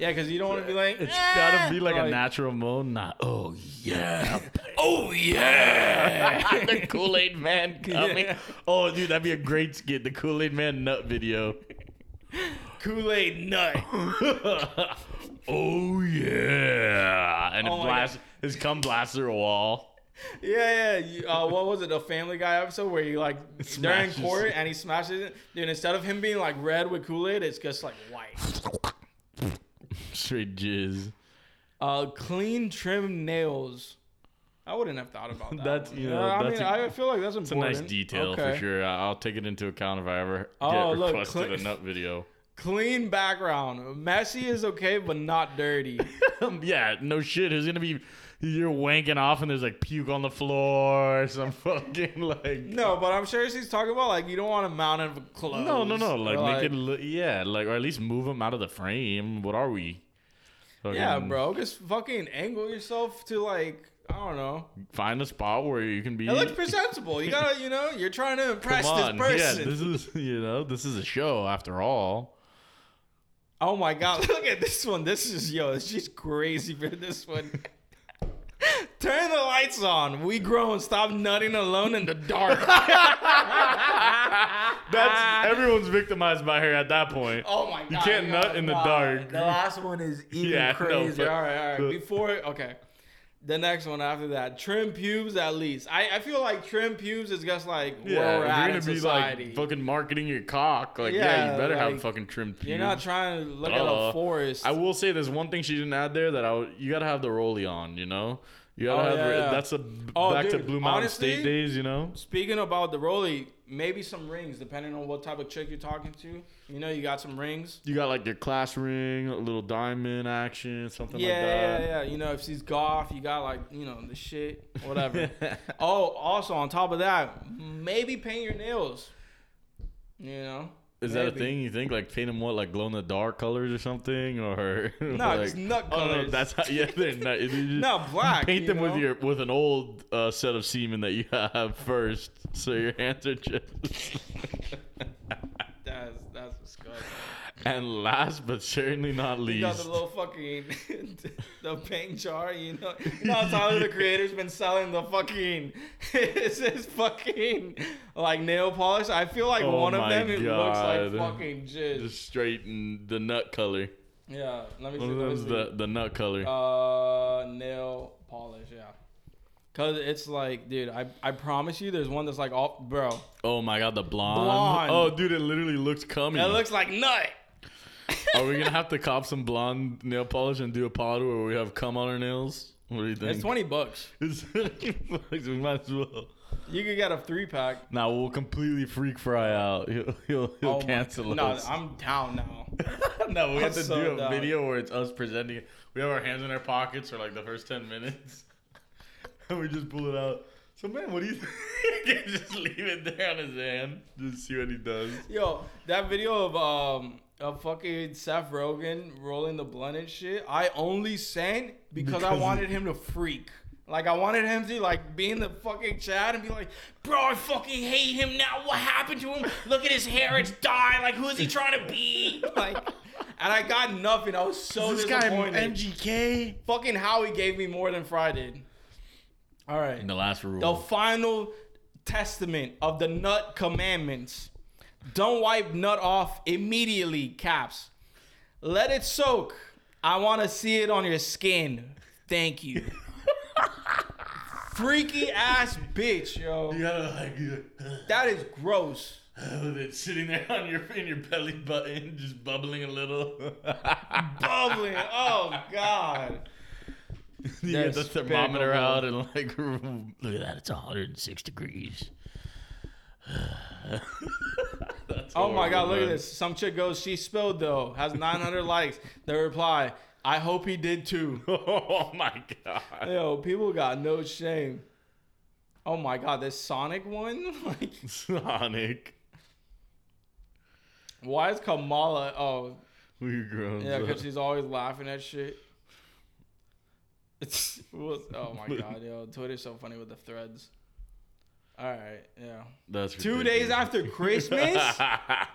Speaker 2: yeah, because you don't want to be like.
Speaker 3: It's
Speaker 2: "Ah!"
Speaker 3: gotta be like, a
Speaker 2: Like-
Speaker 3: natural moan, not oh yeah, oh yeah. the Kool Aid Man coming.
Speaker 2: Yeah.
Speaker 3: Oh, dude, that'd be a great skit. The Kool Aid Man nut video.
Speaker 2: Kool Aid nut.
Speaker 3: oh yeah, and
Speaker 2: Oh
Speaker 3: it
Speaker 2: my
Speaker 3: blasts.
Speaker 2: Oh God.
Speaker 3: His cum blaster wall.
Speaker 2: Yeah, yeah. You, uh, what was it? A Family Guy episode where you like they're in
Speaker 3: Smashes.
Speaker 2: court and he smashes it. Dude, instead of him being like red with Kool Aid, it's just like white.
Speaker 3: Straight jizz.
Speaker 2: Uh, clean trim nails. I wouldn't have thought about that.
Speaker 3: That's-
Speaker 2: one.
Speaker 3: you know,
Speaker 2: I
Speaker 3: that's
Speaker 2: mean,
Speaker 3: a-
Speaker 2: I feel like that's
Speaker 3: It's a
Speaker 2: important.
Speaker 3: nice detail for
Speaker 2: Okay.
Speaker 3: sure. I- I'll take it into account if I ever
Speaker 2: Oh,
Speaker 3: get
Speaker 2: look,
Speaker 3: requested
Speaker 2: Clint-
Speaker 3: a nut video.
Speaker 2: Clean background. Messy is okay, but not dirty.
Speaker 3: Um, yeah, no shit. Who's gonna be? You're wanking off and there's like puke on the floor. or Some fucking like.
Speaker 2: No, but I'm sure she's talking about like you don't want a mountain of clothes.
Speaker 3: No, no, no.
Speaker 2: Or,
Speaker 3: Like, make it look, yeah, like, or at least move them out of the frame. What are we?
Speaker 2: Yeah,
Speaker 3: Fucking
Speaker 2: bro, just fucking angle yourself to like I don't know.
Speaker 3: Find a spot where you can be.
Speaker 2: It looks presentable. You gotta, you know, you're trying to impress
Speaker 3: Come on,
Speaker 2: this
Speaker 3: yeah.
Speaker 2: person.
Speaker 3: This is, you know, this is a show after all.
Speaker 2: Oh my god, look at this one. This is yo, she's crazy for this one. Turn the lights on. We grown. Stop nutting alone in the dark.
Speaker 3: That's Ah. everyone's victimized by her at that point.
Speaker 2: oh my god. Oh
Speaker 3: can't
Speaker 2: yo,
Speaker 3: nut in the
Speaker 2: nah,
Speaker 3: dark.
Speaker 2: The last one is even
Speaker 3: Yeah, no,
Speaker 2: crazier.
Speaker 3: but-
Speaker 2: all right, all right.
Speaker 3: but-
Speaker 2: Before okay. The next one after that, trim pubes at least. I, I feel like trim pubes is just like where
Speaker 3: Yeah,
Speaker 2: we're
Speaker 3: if
Speaker 2: at
Speaker 3: you're
Speaker 2: in
Speaker 3: gonna be
Speaker 2: society.
Speaker 3: like fucking marketing your cock. Like, yeah,
Speaker 2: Yeah,
Speaker 3: you better have
Speaker 2: like,
Speaker 3: fucking trimmed.
Speaker 2: you're
Speaker 3: pubes.
Speaker 2: not trying to look at
Speaker 3: Duh.
Speaker 2: a forest.
Speaker 3: I will say there's one thing she didn't add there that I would, you gotta have the rollie on. You know, you gotta
Speaker 2: Oh,
Speaker 3: have
Speaker 2: yeah, yeah.
Speaker 3: that's a
Speaker 2: Oh,
Speaker 3: back to
Speaker 2: dude,
Speaker 3: Blue Mountain State
Speaker 2: honestly,
Speaker 3: days. You know,
Speaker 2: Speaking about the rollie, maybe some rings, depending on what type of chick you're talking to. You know, you got some rings.
Speaker 3: You got like your class ring, a little diamond action, something
Speaker 2: yeah,
Speaker 3: like that.
Speaker 2: yeah, yeah. You know, if she's golf, you got like, you know, the shit, whatever. oh, also on top of that, maybe paint your nails. You know,
Speaker 3: Is that a
Speaker 2: Maybe.
Speaker 3: thing you think? Like paint them what, like glow in the dark colors or something, or no,
Speaker 2: just nut colors.
Speaker 3: that's how. Yeah, they're not. you just
Speaker 2: No, black,
Speaker 3: Paint
Speaker 2: you
Speaker 3: them with
Speaker 2: know?
Speaker 3: your with an old uh, set of semen that you have first, so your hands are just.
Speaker 2: that's that's disgusting.
Speaker 3: and last but certainly not least,
Speaker 2: You got the little fucking the paint jar. You know, you know how Tyler the Creator's been selling the fucking it's this fucking like nail polish. I feel like
Speaker 3: Oh
Speaker 2: one of
Speaker 3: my
Speaker 2: them it looks like
Speaker 3: God.
Speaker 2: fucking jizz.
Speaker 3: just straight in the nut color.
Speaker 2: Yeah, let me see.
Speaker 3: One of
Speaker 2: Let me
Speaker 3: them's
Speaker 2: see.
Speaker 3: the the nut color.
Speaker 2: Uh, nail polish, yeah. Cause it's like, dude, I, I promise you, there's one that's like all, bro.
Speaker 3: oh my god, the blonde.
Speaker 2: Blonde.
Speaker 3: Oh, dude, it literally looks coming.
Speaker 2: It looks like nut.
Speaker 3: Are we gonna have to cop some blonde nail polish and do a pod where we have cum on our nails? What do you think?
Speaker 2: It's twenty bucks.
Speaker 3: It's 20 bucks. We might as well.
Speaker 2: You could get a three pack.
Speaker 3: Now we'll completely freak fry out. He'll he'll, he'll
Speaker 2: Oh my
Speaker 3: cancel
Speaker 2: God. No,
Speaker 3: us.
Speaker 2: I'm down now.
Speaker 3: no, we have
Speaker 2: I'm
Speaker 3: to
Speaker 2: so
Speaker 3: do a
Speaker 2: down.
Speaker 3: video where it's us presenting. it. We have our hands in our pockets for like the first ten minutes, and we just pull it out. So man, what do you think? just leave it there on his hand. Just see what he does.
Speaker 2: Yo, that video of um of fucking Seth Rogen rolling the blunt and shit, I only sent because, I
Speaker 3: Because-
Speaker 2: wanted him to freak. Like I wanted him to like be in the fucking chat and be like, bro, I fucking hate him now. What happened to him? Look at his hair, it's dyed. Like who is he trying to be? Like and I got nothing. I was so
Speaker 3: this guy
Speaker 2: disappointed.
Speaker 3: MGK.
Speaker 2: fucking Howie gave me more than Fry did. All right.
Speaker 3: The last rule.
Speaker 2: The final testament of the nut commandments. Don't wipe nut off immediately, caps. Let it soak. I want to see it on your skin. Thank you. Freaky ass bitch, yo.
Speaker 3: you gotta like.
Speaker 2: That is gross.
Speaker 3: With it sitting there on your in your belly button, just bubbling a little.
Speaker 2: Bubbling. Oh god.
Speaker 3: you get the
Speaker 2: Despicable.
Speaker 3: thermometer out and like, look at that, it's 106 degrees. That's
Speaker 2: Oh my god,
Speaker 3: horrible,
Speaker 2: look at
Speaker 3: man.
Speaker 2: this. Some chick goes, she spilled though. Has 900 likes. The reply, I hope he did too.
Speaker 3: Oh my god.
Speaker 2: Yo, people got no shame. Oh my god, this Sonic one? like,
Speaker 3: Sonic,
Speaker 2: why is Kamala? Oh,
Speaker 3: we grown.
Speaker 2: yeah, because
Speaker 3: up.
Speaker 2: she's always laughing at shit. It's what- oh my god, yo, Twitter's so funny with the threads. All right, yeah.
Speaker 3: That's
Speaker 2: Two days
Speaker 3: ridiculous.
Speaker 2: after Christmas.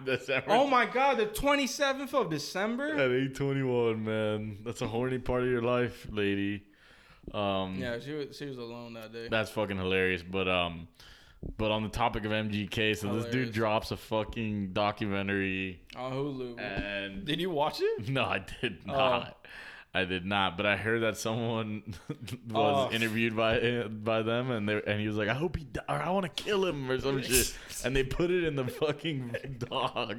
Speaker 3: December.
Speaker 2: oh my god, the twenty seventh of December.
Speaker 3: At 8:21, man, that's a horny part of your life, lady. Um,
Speaker 2: Yeah, she was she was alone that day.
Speaker 3: That's fucking hilarious. But um, but on the topic of MGK, so this dude
Speaker 2: Hilarious.
Speaker 3: drops a fucking documentary,
Speaker 2: On Hulu.
Speaker 3: and
Speaker 2: Did you watch it?
Speaker 3: no, I did not. I did not, but I heard that someone was
Speaker 2: Oh.
Speaker 3: interviewed by by them, and they and he was like, "I hope he di- or I want to kill him or some shit," and they put it in the fucking dog.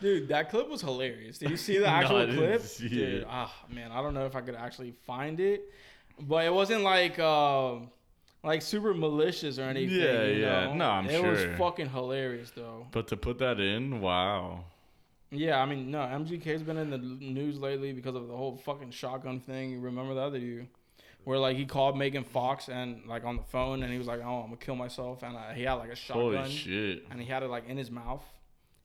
Speaker 2: Dude, that clip was hilarious. Did you see the
Speaker 3: No,
Speaker 2: actual
Speaker 3: I didn't
Speaker 2: clip?
Speaker 3: see
Speaker 2: Dude,
Speaker 3: it.
Speaker 2: ah man, I don't know if I could actually find it, but it wasn't like um like super malicious or anything.
Speaker 3: Yeah,
Speaker 2: you
Speaker 3: yeah.
Speaker 2: know?
Speaker 3: No, I'm
Speaker 2: it It
Speaker 3: sure.
Speaker 2: was fucking hilarious though.
Speaker 3: But to put that in, wow.
Speaker 2: Yeah, I mean, no, MGK's been in the news lately because of the whole fucking shotgun thing. You remember the other you, where like he called Megan Fox and like on the phone, and he was like, "Oh, I'm gonna kill myself," and uh, he had like a shotgun,
Speaker 3: Holy shit!
Speaker 2: and he had it like in his mouth,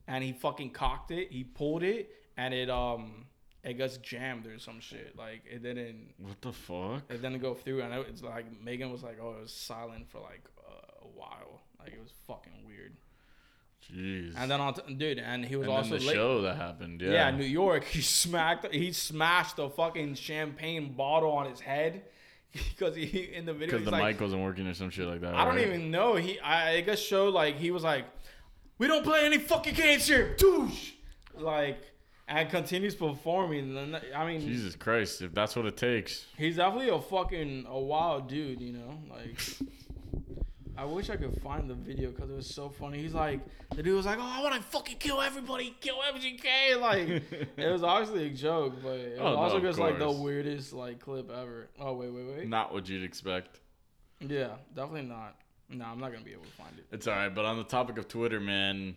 Speaker 2: and he fucking cocked it, he pulled it, and it um it gets jammed or some shit. Like it didn't
Speaker 3: What the fuck?
Speaker 2: it didn't go through, and it, it's like Megan was like, "Oh, it was silent for like uh, a while." Like it was fucking weird.
Speaker 3: Jeez.
Speaker 2: And then on t- dude, and he was
Speaker 3: And
Speaker 2: also
Speaker 3: then the
Speaker 2: late.
Speaker 3: show that happened. Yeah.
Speaker 2: Yeah. New York. He smacked. He smashed the fucking champagne bottle on his head because he in the video.
Speaker 3: because
Speaker 2: He's
Speaker 3: the
Speaker 2: like,
Speaker 3: mic wasn't working or some shit like that.
Speaker 2: I don't
Speaker 3: right?
Speaker 2: even know. He. I, I guess showed like he was like, we don't play any fucking games here, douche. Like and continues performing. And then- I mean,
Speaker 3: Jesus Christ! If that's what it takes.
Speaker 2: he's definitely a fucking a wild dude. You know, like. I wish I could find the video because it was so funny. He's like, the dude was like, "Oh, I want to fucking kill everybody, kill MGK!" Like, it was obviously a joke, but it was
Speaker 3: Oh, no,
Speaker 2: also
Speaker 3: of
Speaker 2: just like the
Speaker 3: course.
Speaker 2: weirdest like clip ever. Oh wait, wait, wait.
Speaker 3: Not what you'd expect.
Speaker 2: Yeah, definitely not. No, I'm not gonna be able to find it.
Speaker 3: It's all right, but on the topic of Twitter, man,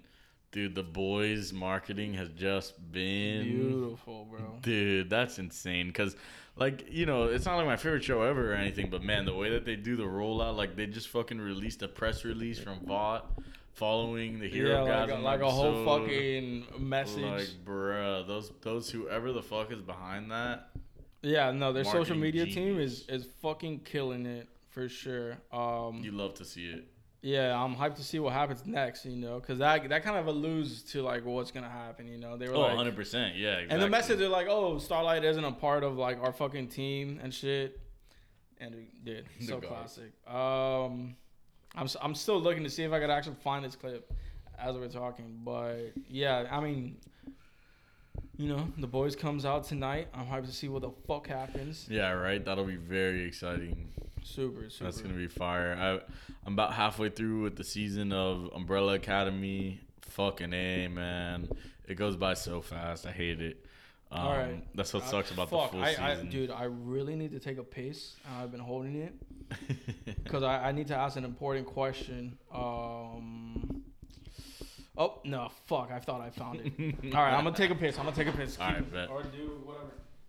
Speaker 3: dude, the boys' marketing has just been
Speaker 2: Beautiful, bro.
Speaker 3: Dude, that's insane. Cause, like, you know, it's not like my favorite show ever or anything, but man, the way that they do the rollout, like, they just fucking released a press release from Vought following the
Speaker 2: Yeah,
Speaker 3: Hero
Speaker 2: like,
Speaker 3: Gods
Speaker 2: a-
Speaker 3: an
Speaker 2: like a whole
Speaker 3: episode.
Speaker 2: fucking message.
Speaker 3: Like, bruh, those those whoever the fuck is behind that,
Speaker 2: yeah, no, their social
Speaker 3: marketing
Speaker 2: media team
Speaker 3: genius.
Speaker 2: is is fucking killing it for sure. Um,
Speaker 3: you love to see it.
Speaker 2: Yeah, I'm hyped to see what happens next, you know, because that that kind of alludes to like what's gonna happen, you know. They were
Speaker 3: Oh,
Speaker 2: like,
Speaker 3: 100 percent, yeah. Exactly.
Speaker 2: and the message they're like, oh, Starlight isn't a part of like our fucking team and shit, and it did
Speaker 3: The
Speaker 2: so
Speaker 3: God.
Speaker 2: classic. Um, I'm s- I'm still looking to see if I could actually find this clip as we're talking, but yeah, I mean, you know, the boys comes out tonight. I'm hyped to see what the fuck happens.
Speaker 3: Yeah, right. That'll be very exciting.
Speaker 2: Super, super.
Speaker 3: That's gonna be fire. I, I'm about halfway through with the season of Umbrella Academy. Fucking a man, it goes by so fast. I hate it. Um,
Speaker 2: All right.
Speaker 3: that's what
Speaker 2: I-
Speaker 3: sucks about
Speaker 2: fuck,
Speaker 3: the full
Speaker 2: I,
Speaker 3: season,
Speaker 2: I, dude, I really need to take a piss. and I've been holding it because I, I need to ask an important question. Um. Oh no! Fuck! I thought I found it. All right, I'm gonna take a piss. I'm gonna take a piss.
Speaker 3: All right, bet.
Speaker 2: Or do whatever.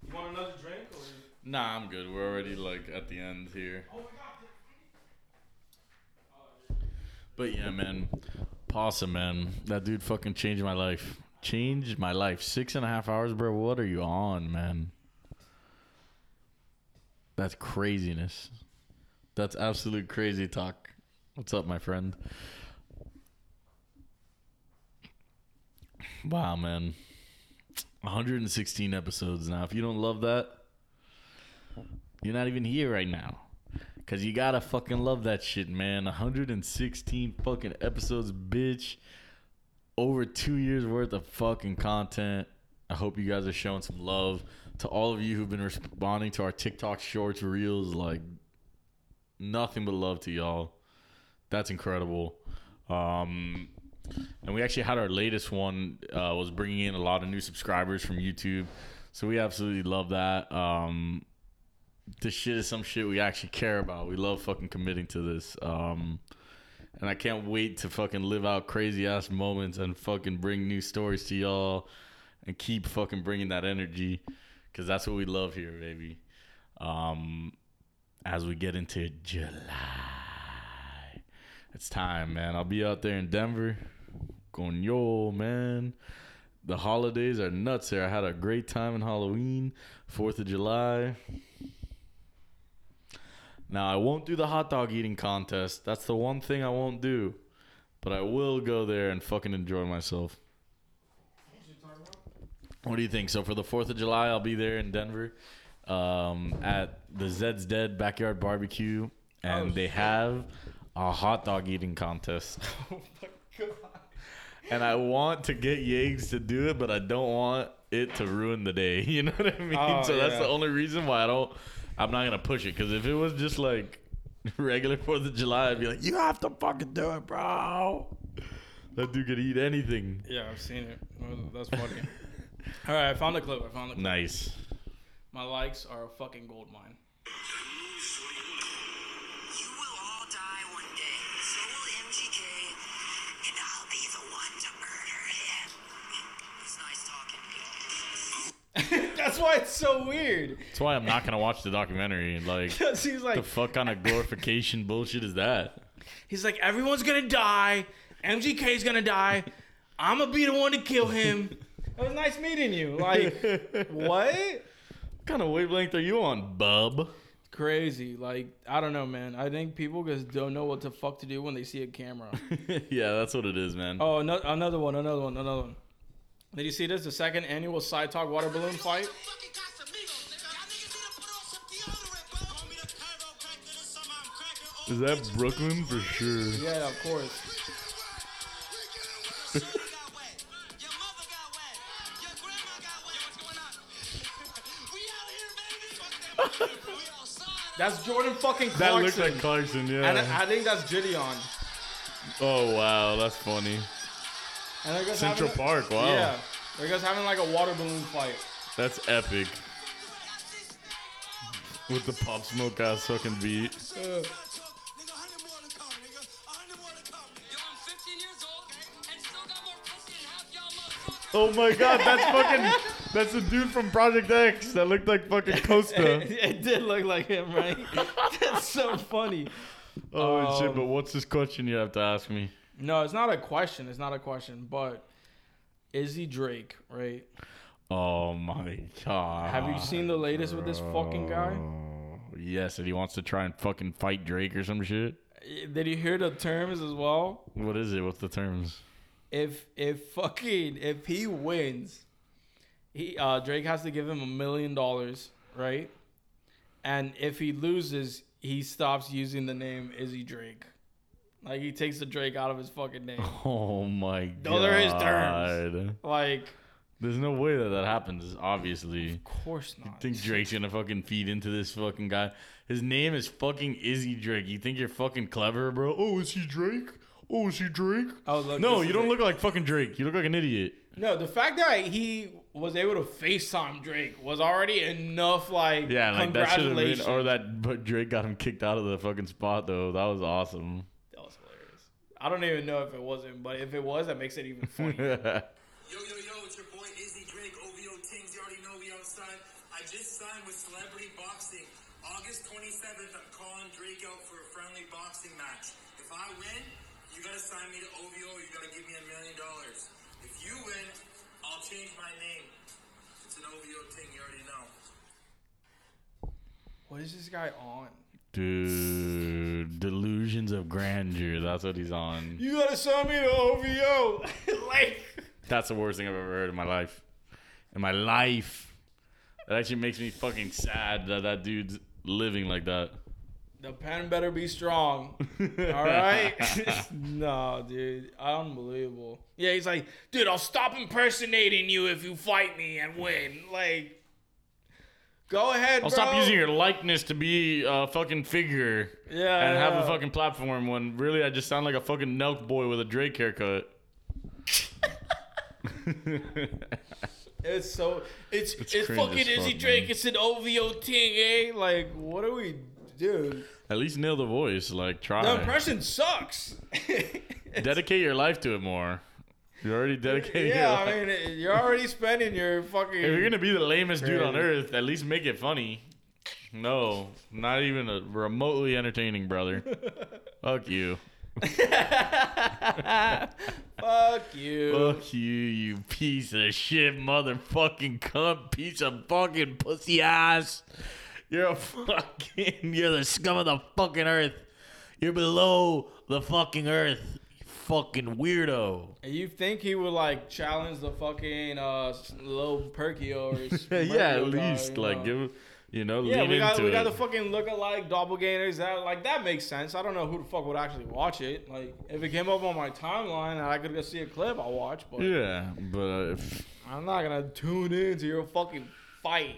Speaker 2: You want another drink? Or...
Speaker 3: nah, I'm good. We're already like at the end here.
Speaker 2: Oh my god!
Speaker 3: But yeah, man, Pasa, man, that dude fucking changed my life. Changed my life. Six and a half hours, bro. What are you on, man? That's craziness. That's absolute crazy talk. What's up, my friend? Wow, man. 116 episodes now. If you don't love that, you're not even here right now. Cause you gotta fucking love that shit, man. 116 fucking episodes, bitch. Over two years worth of fucking content. I hope you guys are showing some love to all of you who've been responding to our TikTok shorts, reels. Like nothing but love to y'all. That's incredible. Um, and we actually had our latest one uh, was bringing in a lot of new subscribers from YouTube. So we absolutely love that. Um, this shit is some shit we actually care about. We love fucking committing to this. Um, and I can't wait to fucking live out crazy ass moments and fucking bring new stories to y'all and keep fucking bringing that energy because that's what we love here, baby. Um, as we get into July, it's time, man. I'll be out there in Denver. Going, yo, man. The holidays are nuts here. I had a great time in Halloween, 4th of July. Now, I won't do the hot dog eating contest. That's the one thing I won't do. But I will go there and fucking enjoy myself. What do you think? So, for the 4th of July, I'll be there in Denver um, at the Zed's Dead Backyard Barbecue. And
Speaker 2: Oh,
Speaker 3: they
Speaker 2: shit.
Speaker 3: have a hot dog eating contest.
Speaker 2: Oh my god!
Speaker 3: and I want to get Yeags to do it, but I don't want it to ruin the day. You know what I mean?
Speaker 2: Oh,
Speaker 3: so that's
Speaker 2: yeah.
Speaker 3: the only reason why I don't. I'm not gonna push it because if it was just like regular Fourth of July, I'd be like, you have to fucking do it, bro. That dude could eat anything.
Speaker 2: Yeah, I've seen it. That's funny. All right, I found the clip. I found the clip.
Speaker 3: Nice.
Speaker 2: My likes are a fucking gold mine.
Speaker 5: You will all die one day. So will MGK, and I'll be the one to murder him. It's nice talking to you.
Speaker 2: That's why it's so weird.
Speaker 3: That's why I'm not gonna watch the documentary. Like,
Speaker 2: Because he's
Speaker 3: the
Speaker 2: like,
Speaker 3: fuck kind of glorification bullshit is that?
Speaker 2: he's like, everyone's gonna die. MGK's gonna die. I'm gonna be the one to kill him. it was nice meeting you. Like, what?
Speaker 3: What kind of wavelength are you on, bub?
Speaker 2: Crazy. Like, I don't know, man. I think people just don't know what the fuck to do when they see a camera.
Speaker 3: yeah, that's what it is, man.
Speaker 2: Oh, ano- another one, another one, another one. Did you see this? The second annual Side Talk water balloon fight.
Speaker 3: Is that Brooklyn for sure?
Speaker 2: Yeah, of course. That's Jordan fucking
Speaker 3: That
Speaker 2: Clarkson.
Speaker 3: looked like Clarkson, yeah.
Speaker 2: and I, I think that's Gideon.
Speaker 3: oh wow, that's funny.
Speaker 2: And they're just
Speaker 3: Central
Speaker 2: having-
Speaker 3: Park, wow,
Speaker 2: Yeah, they're just having like a water balloon fight.
Speaker 3: that's epic. With the pop smoke ass fucking beat.
Speaker 2: Uh,
Speaker 3: Oh my god, that's fucking. That's the dude from Project X that looked like fucking
Speaker 2: it,
Speaker 3: Costa.
Speaker 2: it did look like him, right? that's so funny.
Speaker 3: Oh and shit!
Speaker 2: Um,
Speaker 3: But what's this question you have to ask me?
Speaker 2: No, it's not a question. It's not a question. But Izzy Drake, right?
Speaker 3: Oh my god.
Speaker 2: Have you seen the latest with this fucking guy?
Speaker 3: Yes, and he wants to try and fucking fight Drake or some shit.
Speaker 2: Did you hear the terms as well?
Speaker 3: What is it? What's the terms?
Speaker 2: if if fucking if he wins, he uh Drake has to give him a million dollars, right? And if he loses, he stops using the name Izzy Drake. Like he takes the Drake out of his fucking name.
Speaker 3: Oh my god.
Speaker 2: Those are his terms. Like,
Speaker 3: There's no way that that happens, obviously.
Speaker 2: of course not.
Speaker 3: think Drake's gonna fucking feed into this fucking guy. His name is fucking Izzy Drake. You think you're fucking clever, bro? Oh, is he Drake? Oh, is he Drake?
Speaker 2: Oh, look,
Speaker 3: no,
Speaker 2: this
Speaker 3: you
Speaker 2: is
Speaker 3: don't
Speaker 2: it.
Speaker 3: look like fucking Drake. You look like an idiot.
Speaker 2: No, the fact that he was able to FaceTime Drake was already enough. Like,
Speaker 3: Yeah, like that should have been,
Speaker 2: congratulations.
Speaker 3: or that. But Drake got him kicked out of the fucking spot though. That was awesome.
Speaker 2: That was hilarious. I don't even know if it wasn't, but if it was, that makes it even funnier.
Speaker 6: Yo, yo, yo, it's your boy Izzy Drake, OVO Kings. You already know we outside. I just signed with Celebrity Boxing. August 27th, I'm calling Drake out for a friendly boxing match. If I win, you gotta sign me to OVO. You gotta give me a million dollars. If you win, I'll change my name. It's an OVO thing, you already know.
Speaker 2: what is this guy on?
Speaker 3: Dude, delusions of grandeur. That's what he's on.
Speaker 2: You gotta sign me to OVO. like,
Speaker 3: That's the worst thing I've ever heard in my life. In my life, that actually makes me fucking sad that that dude's living like that.
Speaker 2: the pen better be strong. All right? no, dude. Unbelievable. Yeah, he's like, dude, I'll stop impersonating you if you fight me and win. Like, go ahead,
Speaker 3: I'll stop using your likeness to be a fucking figure
Speaker 2: Yeah.
Speaker 3: and have a
Speaker 2: yeah.
Speaker 3: fucking platform when really I just sound like a fucking Nelk boy with a Drake haircut.
Speaker 2: It's so. It's it's,
Speaker 3: cringe
Speaker 2: fucking
Speaker 3: as fuck,
Speaker 2: Izzy
Speaker 3: man.
Speaker 2: Drake. It's an OVO thing, eh? Like, what are we, dude?
Speaker 3: At least nail the voice. Like, try.
Speaker 2: The impression sucks.
Speaker 3: Dedicate your life to it more. You're already dedicating your
Speaker 2: yeah,
Speaker 3: life.
Speaker 2: I mean, you're already spending your fucking.
Speaker 3: if you're gonna be the lamest dude on
Speaker 2: Crazy.
Speaker 3: earth, at least make it funny. No, not even a remotely entertaining, brother. Fuck you.
Speaker 2: Fuck you.
Speaker 3: Fuck you, you piece of shit, motherfucking cunt, piece of fucking pussy ass. You're a fucking, you're the scum of the fucking earth. You're below the fucking earth, you fucking weirdo.
Speaker 2: And You think he would like challenge the fucking uh s- Lil Perky or s-
Speaker 3: yeah, at
Speaker 2: Mercury guy,
Speaker 3: least
Speaker 2: you
Speaker 3: like
Speaker 2: know?
Speaker 3: give You know,
Speaker 2: Yeah,
Speaker 3: lean
Speaker 2: we got
Speaker 3: into
Speaker 2: we
Speaker 3: it.
Speaker 2: got the fucking look-alike doppelgangers. That like that makes sense. I don't know who the fuck would actually watch it. Like if it came up on my timeline and I could go see a clip, I'll watch. But
Speaker 3: yeah, but uh, if-
Speaker 2: I'm not gonna tune into your fucking fight.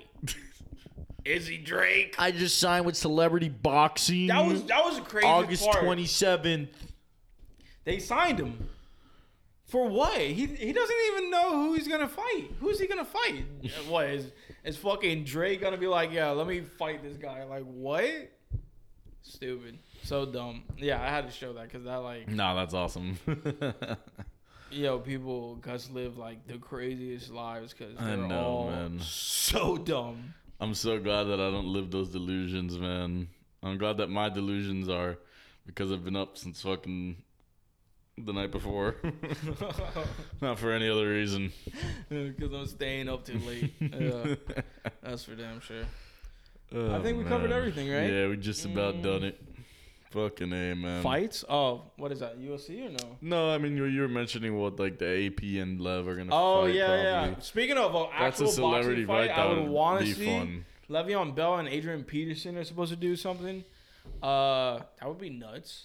Speaker 2: Izzy Drake.
Speaker 3: I just signed with Celebrity Boxing.
Speaker 2: That was that was a crazy
Speaker 3: August
Speaker 2: part.
Speaker 3: twenty seventh.
Speaker 2: They signed him. For what? He he doesn't even know who he's gonna fight. Who's he gonna fight? what is is fucking Drake gonna be like? Yeah, let me fight this guy. Like what? Stupid. So dumb. Yeah, I had to show that because that like
Speaker 3: No, that's awesome.
Speaker 2: yo people guys live like the craziest lives because
Speaker 3: I
Speaker 2: they're
Speaker 3: know,
Speaker 2: all
Speaker 3: man.
Speaker 2: so dumb.
Speaker 3: I'm so glad that I don't live those delusions, man. I'm glad that my delusions are because I've been up since fucking the night before. Not for any other reason.
Speaker 2: Because I'm staying up too late. Yeah, that's for damn sure.
Speaker 3: Oh,
Speaker 2: think we covered everything, right? Mm.
Speaker 3: Yeah, we just about done it. Fucking A, man.
Speaker 2: Fights? Oh, what is that? UFC or no?
Speaker 3: No, I mean, you, you were mentioning what, like, the AP and Lev are going to
Speaker 2: Oh
Speaker 3: fight.
Speaker 2: yeah, yeah.
Speaker 3: probably.
Speaker 2: Speaking of an
Speaker 3: That's
Speaker 2: actual
Speaker 3: a celebrity
Speaker 2: boxing fight,
Speaker 3: fight.
Speaker 2: I
Speaker 3: That
Speaker 2: would want
Speaker 3: be
Speaker 2: to see
Speaker 3: fun.
Speaker 2: Le'Veon Bell and Adrian Peterson are supposed to do something. Uh, that would be nuts.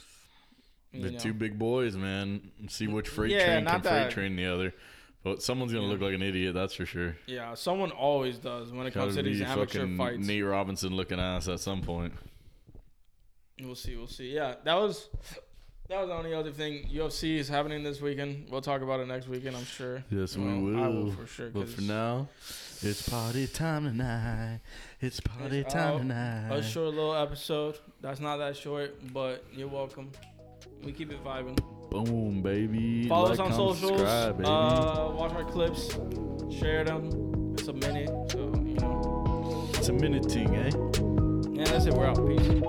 Speaker 2: You
Speaker 3: The
Speaker 2: know.
Speaker 3: two big boys, man. See which freight
Speaker 2: Yeah,
Speaker 3: train
Speaker 2: not
Speaker 3: can
Speaker 2: that-
Speaker 3: freight train the other. But someone's going to look like an idiot, that's for sure.
Speaker 2: yeah, someone always does when it comes to
Speaker 3: Gotta
Speaker 2: these
Speaker 3: be
Speaker 2: amateur
Speaker 3: fucking
Speaker 2: fights.
Speaker 3: Nate Robinson looking ass at some point.
Speaker 2: We'll see, we'll see. Yeah, that was that was the only other thing. UFC is happening this weekend. We'll talk about it next weekend, I'm sure.
Speaker 3: Yes,
Speaker 2: Well,
Speaker 3: we will.
Speaker 2: I will for sure.
Speaker 3: But
Speaker 2: 'cause
Speaker 3: for now, it's party time tonight. It's party
Speaker 2: it's
Speaker 3: time
Speaker 2: out.
Speaker 3: tonight.
Speaker 2: a short little episode. That's not that short, but you're welcome. We keep it vibing.
Speaker 3: Boom, baby.
Speaker 2: Follow us
Speaker 3: Like,
Speaker 2: on
Speaker 3: comment,
Speaker 2: socials.
Speaker 3: subscribe, baby.
Speaker 2: Uh, watch our clips. Share them. It's a minute, so you know.
Speaker 3: it's a minute thing, eh?
Speaker 2: Yeah, that's it. We're out. Peace.